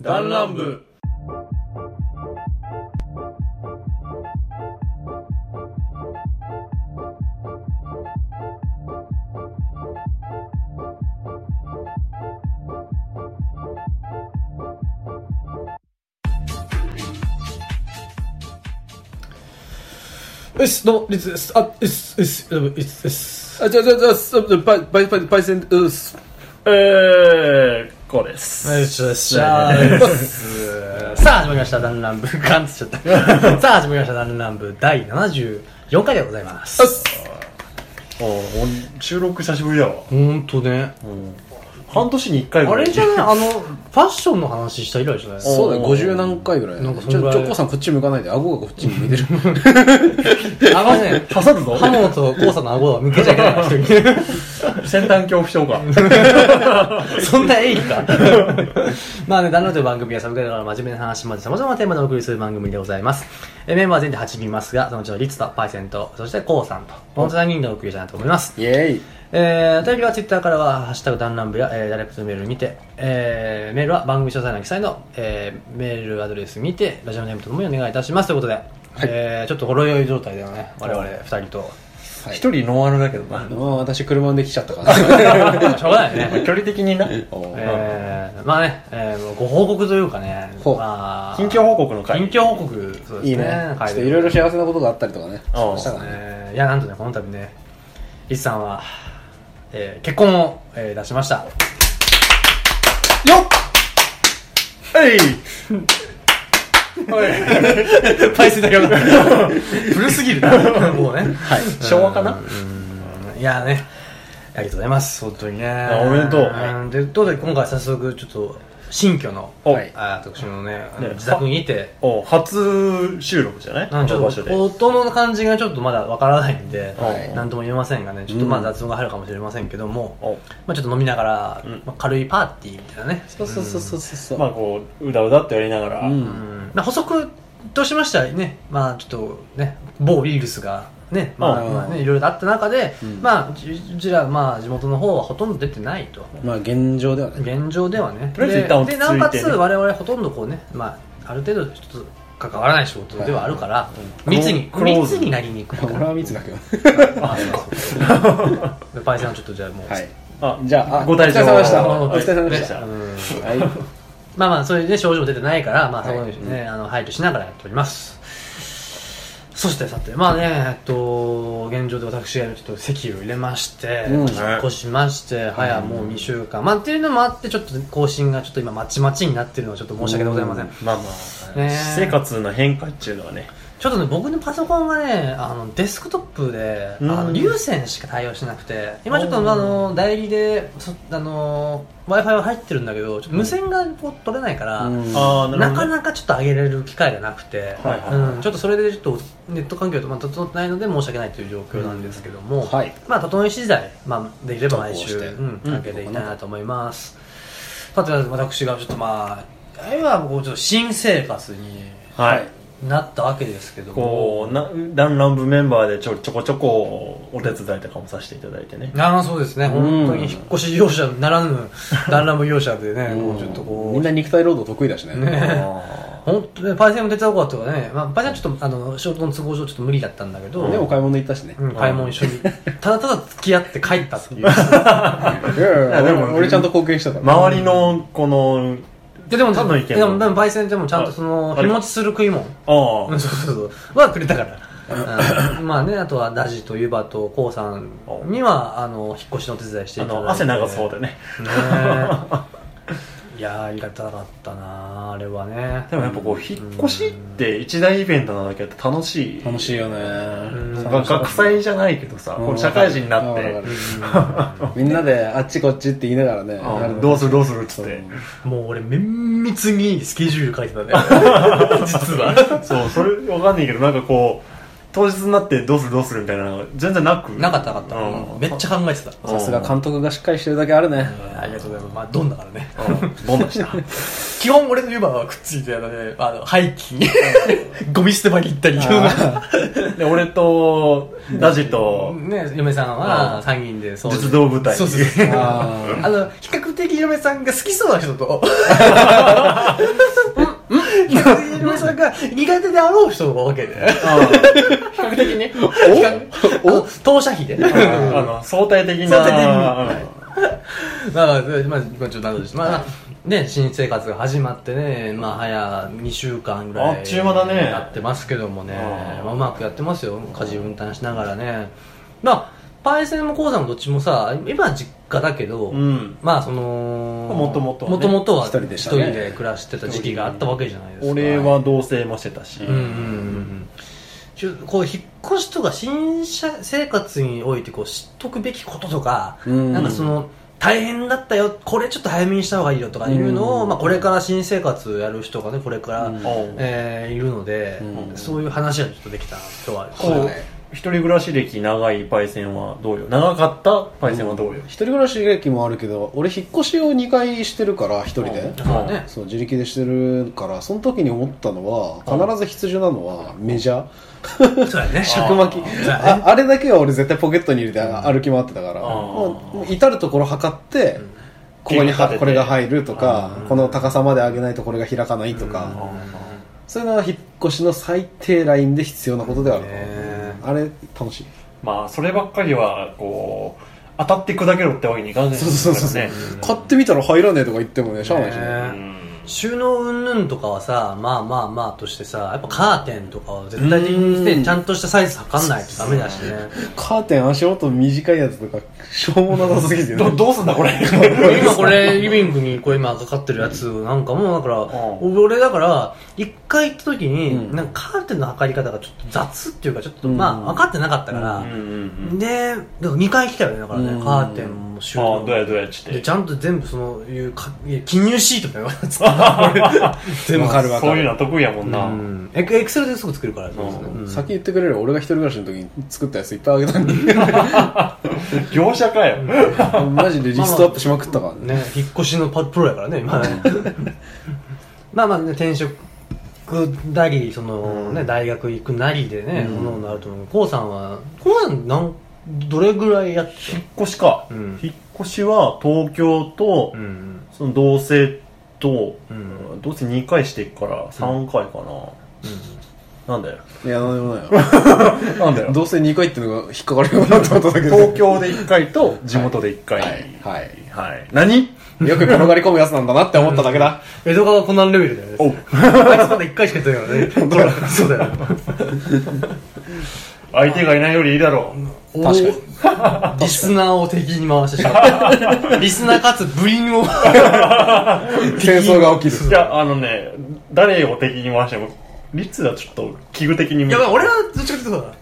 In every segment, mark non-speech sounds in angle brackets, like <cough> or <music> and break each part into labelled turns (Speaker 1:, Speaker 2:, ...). Speaker 1: 弾丸部
Speaker 2: よし、どうも、リツです。あ、うっす、うっす、どうも、うっす、うっす。
Speaker 1: あじゃあじゃあじゃあすパイパイパイパイセンうっすえーこうです
Speaker 2: よし、よし、さあ、始まりました、ダンランブ。ガンつっちゃっ
Speaker 3: <laughs>
Speaker 2: た。さあ、始まりました、ダンランブ第74回でございます。
Speaker 1: おお収録久しぶりだわ
Speaker 2: ほんとね。
Speaker 1: 半年に1回
Speaker 2: あ
Speaker 1: ぐらい
Speaker 2: れじ
Speaker 3: <laughs>
Speaker 2: ゃないあの、ファッションの話した以来じゃない
Speaker 3: そうだよ、
Speaker 1: おー
Speaker 3: 50何回ぐらい。
Speaker 2: なんかそ
Speaker 3: ち
Speaker 2: んぐ
Speaker 3: ょ、
Speaker 2: らい
Speaker 3: ちょ、こうさんこっち向かないで、顎がこっちに向いてる。
Speaker 2: あのね、
Speaker 1: 刺さるぞ
Speaker 2: ハモとコウさんの顎は向けちゃいけない
Speaker 3: <laughs>
Speaker 2: 人に。
Speaker 1: 先端恐怖症か
Speaker 2: そんなエイか。 <laughs> まあね、ダウンロードという番組はサブカルから真面目な話まで様々なテーマでお送りする番組でございます。えメンバーは全員で8人いますが、そのうちのリツとパイセンと、そしてコウさんと、この3人でお送りしたいなと思います。
Speaker 3: イェーイ。
Speaker 2: えー、お便りはツイッターからは、ハッシュタグ弾丸部や、えー、ダイレクトメールにて、えー、メールは番組詳細の記載の、えー、メールアドレスにて、ラジオネームとともにお願いいたします。ということで、えー、ちょっとほろ酔い状態でのね、我々2人と。 <laughs>
Speaker 3: はい
Speaker 1: <laughs> 一人ノンアルだけどな
Speaker 3: あの私、車で来ちゃった
Speaker 2: <laughs>
Speaker 3: から。
Speaker 2: しょうがないよね。
Speaker 1: 距離的にな
Speaker 3: おー
Speaker 2: えー、まあね、えー、ご報告というかね、
Speaker 3: ほう
Speaker 2: まあ、
Speaker 1: 近況報告の
Speaker 2: 近
Speaker 1: 回
Speaker 2: 況報告、そうです
Speaker 3: <laughs>
Speaker 2: ね。
Speaker 3: いいね。ちょっといろいろ幸せなことがあったりとかね。し
Speaker 1: おう
Speaker 3: ましたからね。
Speaker 2: えーいや、なんとね、この度ね、リスさんは、えー、結婚を、えー、出しました。
Speaker 1: よっえい <laughs>
Speaker 2: パイセンだけは古すぎるな、 <laughs> もうね。はい。
Speaker 1: 昭和かな
Speaker 2: ないやね、ありがとうございます、本当にね。
Speaker 1: おめでとう
Speaker 2: うんで、どうで今回早速、ちょっと、新居の、
Speaker 1: お
Speaker 3: はい
Speaker 2: あー私のね、
Speaker 1: ね
Speaker 2: 自宅にいて、
Speaker 1: お初収録じゃない
Speaker 2: なんかち
Speaker 1: こ
Speaker 2: ょ
Speaker 1: の場
Speaker 2: っ
Speaker 1: 所
Speaker 2: と音の感じがちょっとまだわからないんで、
Speaker 3: はい
Speaker 2: なんとも言えませんがね、ちょっとまあ雑音が入るかもしれませんけども、
Speaker 1: お
Speaker 2: まあちょっと飲みながら、
Speaker 1: ん
Speaker 2: まあ、軽いパーティーみたいなね。
Speaker 3: そうそうそうそうそう。
Speaker 1: まあこううだうだってやりながら、
Speaker 3: う。
Speaker 2: うんんまあ補足としましてはね、まあちょっとね、某ウイルスが、ね、まあ、
Speaker 1: うん
Speaker 2: まあね、いろいろあった中で、
Speaker 3: ん
Speaker 2: まあ、うちうちら、まあ地元の方はほとんど出てないと。
Speaker 3: まあ、現状ではね。
Speaker 2: 現状ではね。
Speaker 1: とりあえず
Speaker 2: で
Speaker 1: 一旦落ち
Speaker 2: で、
Speaker 1: 着いて
Speaker 2: な
Speaker 1: ね
Speaker 2: おかつ我々ほとんどこうね、まあ、ある程度ちょっと関わらない仕事ではあるから、
Speaker 1: い
Speaker 2: 密に、
Speaker 1: クローズ
Speaker 2: 密になりにくいから
Speaker 3: 俺は密だけど。
Speaker 2: あそう <laughs> でパイセンはちょっとじゃあも
Speaker 3: <laughs>
Speaker 2: う、
Speaker 3: はい。
Speaker 1: あ
Speaker 3: じゃあ、あ
Speaker 1: ご退場
Speaker 3: お疲れ様でし
Speaker 2: あ
Speaker 3: た。
Speaker 2: の
Speaker 3: お疲れ様でし
Speaker 1: お疲れ様でした
Speaker 3: た。
Speaker 2: う
Speaker 3: は
Speaker 2: ん
Speaker 3: い。
Speaker 2: まあまあそれで症状も出てないからまあそ
Speaker 3: はい
Speaker 2: こにね、あの配慮しながらやっておりますそしてさてまあねえっと現状で私がちょっと席を入れまして、
Speaker 3: うん
Speaker 2: 引っ越しまして早もう2週間、まあっていうのもあってちょっと更新がちょっと今まちまちになってるのはちょっと申し訳ございません、
Speaker 1: まあまあ、
Speaker 2: ね
Speaker 1: 私生活の変化っていうのはね
Speaker 2: ちょっとね僕のパソコンがねあのデスクトップで、
Speaker 1: うん
Speaker 2: あの有線しか対応してなくて今ちょっ
Speaker 1: お
Speaker 2: と
Speaker 1: ー
Speaker 2: あの代理でそあの w i f i は入ってるんだけどちょっと無線がこう取れないから、
Speaker 3: うん
Speaker 1: ああ
Speaker 2: なかなかちょっと上げれる機会がなくて、
Speaker 1: はいはいはい
Speaker 2: うん、ちょっとそれでちょっとネット環境とまあ整ってないので申し訳ないという状況なんですけども、
Speaker 3: はい。
Speaker 2: まあ整い次第、まあ、できれば毎
Speaker 3: 投
Speaker 2: 週、
Speaker 3: 稿して
Speaker 2: うん、
Speaker 1: うん
Speaker 2: 上げていきたいなと思います、さて私がちょっとまああれはもうちょっと新生活に
Speaker 1: はい
Speaker 2: なったわけですけども
Speaker 1: こうなダンランブメンバーでちょちょこちょこお手伝いとかもさせていただいてね
Speaker 2: ああそうですね、本当に引っ越し業者ならぬ団らん業者でね、もうちょっとこう
Speaker 3: みんな肉体労働得意だしね。
Speaker 1: あ
Speaker 2: 本当ねパイセンも手伝おうかとかね、まあ、パイセンはちょっとあの仕事の都合上ちょっと無理だったんだけど、
Speaker 3: でも買い物行ったしね。
Speaker 2: うん、買い物一緒にただただ付き合って帰ったっていう
Speaker 3: いやいや <laughs>
Speaker 1: いやで
Speaker 3: 俺
Speaker 1: も
Speaker 3: 俺ちゃんと貢献したか
Speaker 1: ー
Speaker 3: ら。
Speaker 1: 周りのこの
Speaker 2: ででも
Speaker 1: 多分いける
Speaker 2: でもでも焙煎でもちゃんとそ
Speaker 1: あ
Speaker 2: の
Speaker 1: あ
Speaker 2: 日
Speaker 1: れ
Speaker 2: 持ちする食い物
Speaker 1: あ
Speaker 2: うん
Speaker 1: あ
Speaker 2: <laughs> そうそうそうはくれたからうんまあねあとはダジとユバとコウさんにはあの引っ越しのお手伝いしてい
Speaker 1: あ
Speaker 2: ただいて
Speaker 1: の汗流そうでね
Speaker 2: ねいやーありがたかったなあれはね
Speaker 1: でもやっぱこう引っ越しって一大イベントなだけあって楽しい
Speaker 3: 楽しいよね
Speaker 2: ん。
Speaker 1: が学祭じゃないけどさ
Speaker 3: うん
Speaker 1: こう社会人になっ
Speaker 3: わかるわ
Speaker 1: て
Speaker 3: かるみんなであっちこっちって言いながらね
Speaker 1: あ
Speaker 3: な
Speaker 1: ー
Speaker 3: る
Speaker 1: どうするどうするっつって
Speaker 2: もう俺綿密にスケジュール書いてた <laughs> ね実は
Speaker 1: そうそれわかんないけどなんかこう当日になってどうするどうするみたいなのが全然なく
Speaker 2: なかったなかった、
Speaker 1: うん
Speaker 2: めっちゃ考えてた
Speaker 3: さすが監督がしっかりしてるだけあるね
Speaker 2: ありがとうございますまあドンだからね
Speaker 1: うんボンでした
Speaker 2: 基本俺のユーバーはくっついてあのねあの廃棄ゴミ捨て場に行ったり
Speaker 1: で俺とダジと
Speaker 2: ね嫁さんは3人でそう
Speaker 1: 実動部隊
Speaker 2: そうそうそう
Speaker 1: <laughs>
Speaker 3: あ
Speaker 2: あの比較的嫁さんが好きそうな人と好苦手であろう人のわけで。比較的ね。おお当社費で。
Speaker 1: あの相対的な
Speaker 2: 相対的に
Speaker 1: はい
Speaker 2: まあ、まあ、まあ、ちょっとなんです。まあ、ね、新生活が始まってね、まあ、早2週間ぐらい。
Speaker 1: あっちゅう間だね
Speaker 2: やってますけどもね。
Speaker 1: うん
Speaker 2: まあ、うまくやってますよ。家事分担しながらね。まあ、パイセンもコウさんもどっちもさ、今は実家だけど、
Speaker 1: うん
Speaker 2: まあ、その、
Speaker 1: 元々はね
Speaker 2: もともとは
Speaker 3: 一人でしたね
Speaker 2: 一人で暮らしてた時期があったわけじゃないですか。
Speaker 1: 俺は同棲もしてたし、
Speaker 2: うんうんうんうんちょこう引っ越しとか新社生活においてこう知っとくべきこととか、
Speaker 3: うん
Speaker 2: なんかその大変だったよこれちょっと早めにした方がいいよとかいうのを、
Speaker 3: うん
Speaker 2: まあ、これから新生活やる人がねこれから、
Speaker 3: うん
Speaker 1: おう
Speaker 2: えーいるので、
Speaker 3: うん
Speaker 2: そういう話がちょっとできたな今日は
Speaker 1: こう一人暮らし歴長いパイセンはどうよ長かったパイセンはどうよ、
Speaker 3: 一人暮らし歴もあるけど俺引っ越しを2回してるから一人で
Speaker 2: そうだね
Speaker 3: そう自力でしてるからその時に思ったのは必ず必需なのはメジャー
Speaker 2: そうやね
Speaker 3: 尺巻き
Speaker 2: そうや
Speaker 3: ああれだけは俺絶対ポケットに入れて歩き回ってたから
Speaker 1: あー
Speaker 3: もうもう至る所測ってここに
Speaker 1: 計画
Speaker 3: は
Speaker 1: 立てて
Speaker 3: これが入るとか
Speaker 2: うん
Speaker 3: この高さまで上げないとこれが開かないと
Speaker 2: うん
Speaker 3: か
Speaker 1: あ
Speaker 3: そういうのは引っ越しの最低ラインで必要なことではある
Speaker 2: ねえ
Speaker 3: あれ楽しい
Speaker 1: まあそればっかりはこう当たって砕けろってわけにいかないです
Speaker 3: そうそうそうそう
Speaker 1: ね
Speaker 3: 買ってみたら入らねえとか言ってもねしゃあないしね
Speaker 2: ね
Speaker 1: うん
Speaker 2: 収納云々とかはさまあまあまあとしてさやっぱカーテンとかは絶対的に
Speaker 3: う
Speaker 2: ね
Speaker 3: ん
Speaker 2: ちゃんとしたサイズ測んないとダメだしね
Speaker 3: カーテン足元短いやつとかしょうもなさすぎてね
Speaker 1: どどうすんだこれ
Speaker 2: 今これリビングにこれ今かかってるやつなんかもうだから、
Speaker 1: う
Speaker 2: 俺だから一回行った時に、
Speaker 3: うん
Speaker 2: なんかカーテンの測り方がちょっと雑っていうかちょっと、
Speaker 3: うん
Speaker 2: まあ分かってなかったか
Speaker 1: う
Speaker 2: ら
Speaker 1: ん、うんうん
Speaker 2: で2回来たよねだからね、
Speaker 3: うん
Speaker 2: カーテンも収
Speaker 1: ああ
Speaker 2: 納
Speaker 1: どうやどうやっちっ
Speaker 2: で
Speaker 1: て
Speaker 2: ちゃんと全部そのいうかいや記入シートみたいなのが全部
Speaker 3: わかるわか
Speaker 1: そういう
Speaker 3: る
Speaker 1: のは得意やもんな、
Speaker 2: うんエクエクセルですぐ作るから、ね
Speaker 1: うん
Speaker 2: うん
Speaker 3: 先言ってくれる俺が一人暮らしの時に作ったやついっぱいあげたんで
Speaker 1: 業者かよ、
Speaker 3: マジでリストアップしまくったからね
Speaker 2: ね、引っ越しのパプロやからね、今。 <laughs> まあまあね、転職なり、そのね、大学行くなりでね、
Speaker 3: うん
Speaker 2: ものになると思う。こうさんは、こうさん、なん、どれぐらいやって
Speaker 1: 引っ越しか、
Speaker 2: うん
Speaker 1: 引っ越しは東京と、
Speaker 2: たうん。
Speaker 1: その同棲と、
Speaker 2: うん
Speaker 1: 同棲2回してっから3回かな、なんだよ
Speaker 3: いやなんでもないよ
Speaker 1: なんだ
Speaker 3: どうせ2回ってのが引っかかるようなってことだけど
Speaker 1: 東京で1回と <laughs> 地元で1回は
Speaker 3: はいい、はい
Speaker 1: 何
Speaker 3: よく転がり込むやつなんだなって思っただけだ
Speaker 2: 江戸川コナンレベルだよね。
Speaker 1: お
Speaker 2: あいつまだ一回しかや <laughs> ってないからね。そうだよ。
Speaker 1: 相手がいないよりいいだろ
Speaker 2: 確
Speaker 3: かに
Speaker 2: リスナーを敵に回してしま <laughs> う。リスナーかつ部員を。
Speaker 3: 戦争が起き
Speaker 1: うい
Speaker 3: る
Speaker 1: やあのね誰を敵に回してもリッツはちょっと器具的に
Speaker 2: い
Speaker 1: 見
Speaker 2: や、
Speaker 1: る
Speaker 2: まあ俺はどっちかというとそうだな。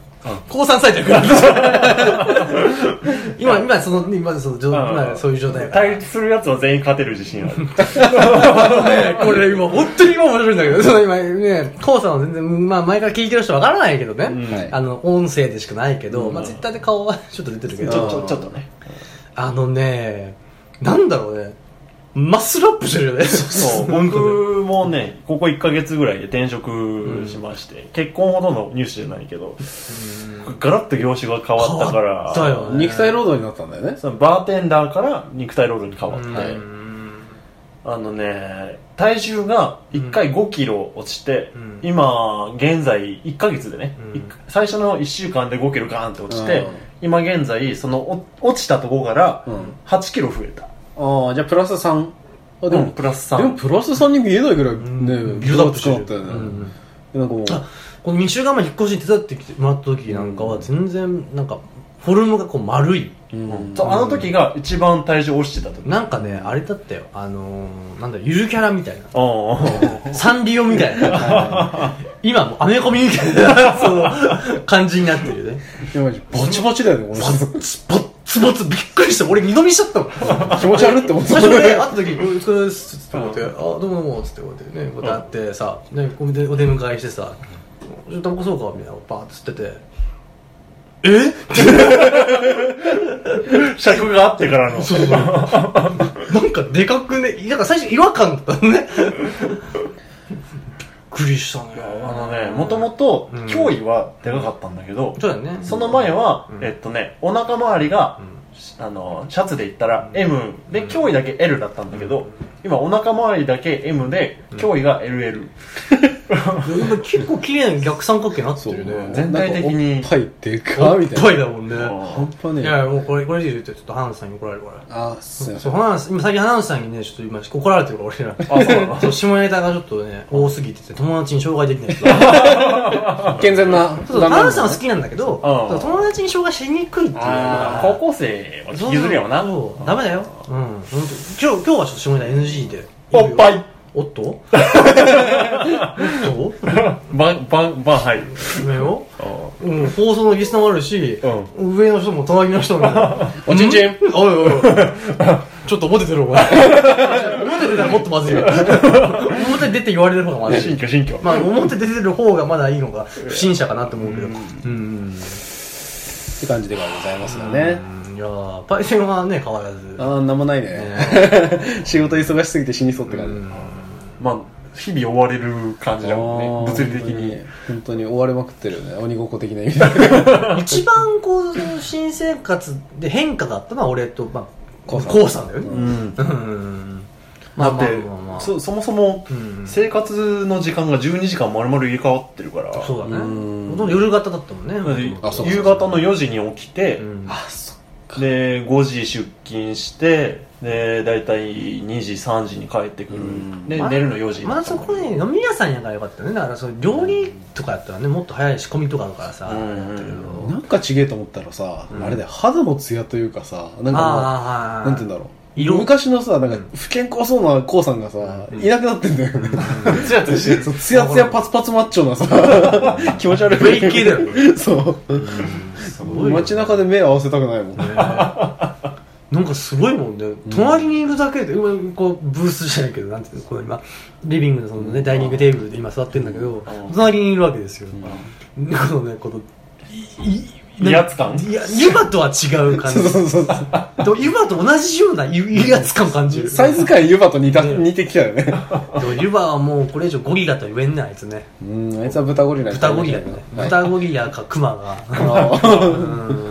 Speaker 2: 降参されてるから。 <laughs> 今、今、その、今、その、状
Speaker 1: うん
Speaker 2: 今そういう状態だか
Speaker 1: 対立するやつは全員勝てる自信ある
Speaker 2: ら。これ今、本当に今面白いんだけど、その今ね、降参は全然、まあ前から聞いてる人わからないけどね。
Speaker 1: ん
Speaker 3: はい
Speaker 2: あの、音声でしかないけど、
Speaker 1: うん
Speaker 2: まあツイッターで顔は <laughs> ちょっと出てるけ
Speaker 1: ちょ
Speaker 2: ど、
Speaker 1: ちょちょっとね
Speaker 2: あのね、なんだろうね、マッスルアップしてるよね。 <laughs>
Speaker 1: そう
Speaker 2: 本当に
Speaker 1: 僕もねここ1ヶ月ぐらいで転職しまして、結婚ほどのニュースじゃないけどガラッと業種が変わったから
Speaker 2: 変わったよ
Speaker 3: 肉体労働になったんだよね
Speaker 1: そのバーテンダーから肉体労働に変わって、
Speaker 2: うん
Speaker 1: あのね体重が1回5キロ落ちて、
Speaker 2: うん
Speaker 1: 今現在1ヶ月でね、
Speaker 2: うん
Speaker 1: い最初の1週間で5キロガーンって落ちて、
Speaker 3: うん
Speaker 1: 今現在そのお落ちたところから
Speaker 3: うん
Speaker 1: 8キロ増えた、
Speaker 3: ああじゃあプラス3あで
Speaker 1: うん
Speaker 3: も
Speaker 1: プラス3
Speaker 3: でもプラス3に見えないぐらい
Speaker 2: うん
Speaker 3: ね
Speaker 2: ビルドアップして
Speaker 3: な
Speaker 2: る
Speaker 3: ったよ
Speaker 2: う
Speaker 3: ね
Speaker 2: ん
Speaker 3: なんかもう
Speaker 2: この2週間前引っ越しに手伝ってきてもらった時なんかは全然なんかフォルムがこう丸い
Speaker 3: うん
Speaker 1: そうあの時が一番体重落ちてた時、あ
Speaker 2: なんかねあれだったよあのー、なんだゆるキャラみたいな
Speaker 1: あ
Speaker 2: サンリオみたいな今もうアメコミみたいなその感じになってるよね
Speaker 3: やばいバチバチだよねこの
Speaker 2: バ
Speaker 3: 人
Speaker 2: ッツバッツバツびっくりした俺二度見しちゃったもん
Speaker 3: 気持ち悪って思って
Speaker 2: 最初俺会った時「お疲れです」っつって思って「あどうもどうも」っつってこうやってねこうやって会ってさねこうでお出迎えしてさ「ちょっとタバコそうか」みたいなバーって吸ってて「え <laughs>
Speaker 1: 尺があってからの
Speaker 2: そうそうなんかでかくねなんか最初違和感だったのねびっくりしたね
Speaker 1: あのねもともと
Speaker 2: うん
Speaker 1: 脅威はでかかったんだけど、
Speaker 2: そうだよね
Speaker 1: その前は、
Speaker 2: うん
Speaker 1: えっとねお腹周りが
Speaker 2: う、ん
Speaker 1: あのシャツで言ったら M
Speaker 2: う
Speaker 1: で
Speaker 2: ん
Speaker 1: 脅威だけ L だったんだけど、今お腹周りだけ M で脅威が LL、
Speaker 2: いや今結構綺麗な逆三角形になってる <laughs> ね。
Speaker 1: 全体的に
Speaker 3: なんかおっぱいっていう
Speaker 2: お
Speaker 3: か、み
Speaker 2: ったぱ
Speaker 3: い
Speaker 2: い
Speaker 3: な。
Speaker 2: だもんね。
Speaker 3: 半端ね
Speaker 2: い
Speaker 3: え。
Speaker 2: や、もうこれ、これ以上言うとちょっと花田さんに怒られるから。
Speaker 3: あ、すいませ。
Speaker 2: そうん花田さん今最近花田さんにね、ちょっと今怒られてるから俺ら。
Speaker 1: あ、そうなの
Speaker 2: そう下ネタがちょっと
Speaker 1: <laughs>
Speaker 2: ね、多すぎてて、友達に紹介できないから。
Speaker 3: 健全な。
Speaker 2: そうそう、花田さんは好きなんだけど、
Speaker 1: うん
Speaker 2: 友達に紹介しにくいっていうの
Speaker 1: あ
Speaker 2: が
Speaker 1: ー。高校生は引きずるよな。
Speaker 2: そうダメだよ。うん、本当。今日、今日はちょっと下ネタ NG で。
Speaker 1: おっぱい
Speaker 2: おっとおっと
Speaker 1: バン、バン、バン入る。
Speaker 2: ごめんよ。うん、放送のリスナーもあるし、上の人も隣の人も。
Speaker 3: おちんちん
Speaker 2: おいおいおい。ちょっと表出ろ、お前。表出たらもっとまずいよ。表出て言われる方がまずい
Speaker 1: 新。居、新居。
Speaker 2: まあ、表出てる方がまだいいのが不審者かなと思うけど。うん。
Speaker 3: って感じでございますよね。
Speaker 2: うんいやーパイセンはね、変わらず。
Speaker 3: あー、なんもないね。仕事忙しすぎて死にそうって
Speaker 2: う
Speaker 3: 感
Speaker 2: ん
Speaker 3: じ。
Speaker 1: まあ、日々追われる感じだもんね。
Speaker 3: あー
Speaker 1: 物理的に。。
Speaker 3: 本当に追われまくってるよね。鬼ごっこ的な意
Speaker 2: <laughs>
Speaker 3: 味で。
Speaker 2: 一番こう、新生活で変化があったのは俺と、まあ、
Speaker 3: こ
Speaker 2: こ
Speaker 3: う
Speaker 2: う
Speaker 3: さん
Speaker 2: さんだよ
Speaker 1: う
Speaker 2: ね。
Speaker 1: ん。だ
Speaker 2: うん。まあ
Speaker 1: っ
Speaker 2: まあ
Speaker 1: て
Speaker 2: まあまあ。、
Speaker 1: そ、そもそも
Speaker 2: う、ん
Speaker 1: 生活の時間が12時間丸々入れ替わってるから、
Speaker 2: そうだね。
Speaker 3: う
Speaker 2: ほ
Speaker 3: ん
Speaker 2: とんど夜型だったもんね。
Speaker 1: なので
Speaker 3: あそう
Speaker 1: 夕方の4時に起きて、
Speaker 2: うん
Speaker 3: あ、そっ
Speaker 1: で5時出勤してで大体2時3時に帰ってくる、
Speaker 3: うん
Speaker 1: で
Speaker 2: まだ
Speaker 1: 寝るの4時
Speaker 2: まだそこね、飲み屋さんやからよかったよね。だから、その料理とかやったらね、もっと早い仕込みとかあるからさ、
Speaker 1: うんうんうん
Speaker 2: あれだったけど
Speaker 3: なんかちげえと思ったらさ、
Speaker 2: うん
Speaker 3: あれだよ、肌のツヤというかさ、なんかも
Speaker 2: ああ、
Speaker 3: う、なんて言うんだろう。
Speaker 2: 色
Speaker 3: 昔のさ、なんか不健康そうなコウさんがさ、
Speaker 2: うん
Speaker 3: いなくなってんだよね。
Speaker 1: つやつしてる
Speaker 3: そうツヤツヤパツパツマッチョな
Speaker 2: <laughs>
Speaker 3: さ、気持ち悪い。
Speaker 2: ブレイキーだよね。
Speaker 3: そう。
Speaker 2: すごいよね
Speaker 3: 街中で目合わせたくないもん。
Speaker 2: ねなんかすごいもんね、隣にいるだけで、うんこうブースじゃないけど、なんていうの、この今、リビングのその、ねダイニングテーブルで今座ってるんだけど、
Speaker 1: うん
Speaker 2: 隣にいるわけですよ。このね、この、いいなん
Speaker 1: 威圧感
Speaker 2: いや、今とは違う感
Speaker 3: そうそうそうそう。
Speaker 2: じ。と今と同じような威圧感感じる。
Speaker 3: サイズ感、ユバと似た、
Speaker 2: ね
Speaker 3: 似てきたよね。
Speaker 2: でも湯葉はもうこれ以上ゴリラとは言えんね、あいつね。
Speaker 3: うん、あいつは豚ゴリラみたいな
Speaker 2: 豚ゴリラだね。
Speaker 3: はい
Speaker 2: 豚ゴリラか熊
Speaker 3: <laughs>
Speaker 2: が。う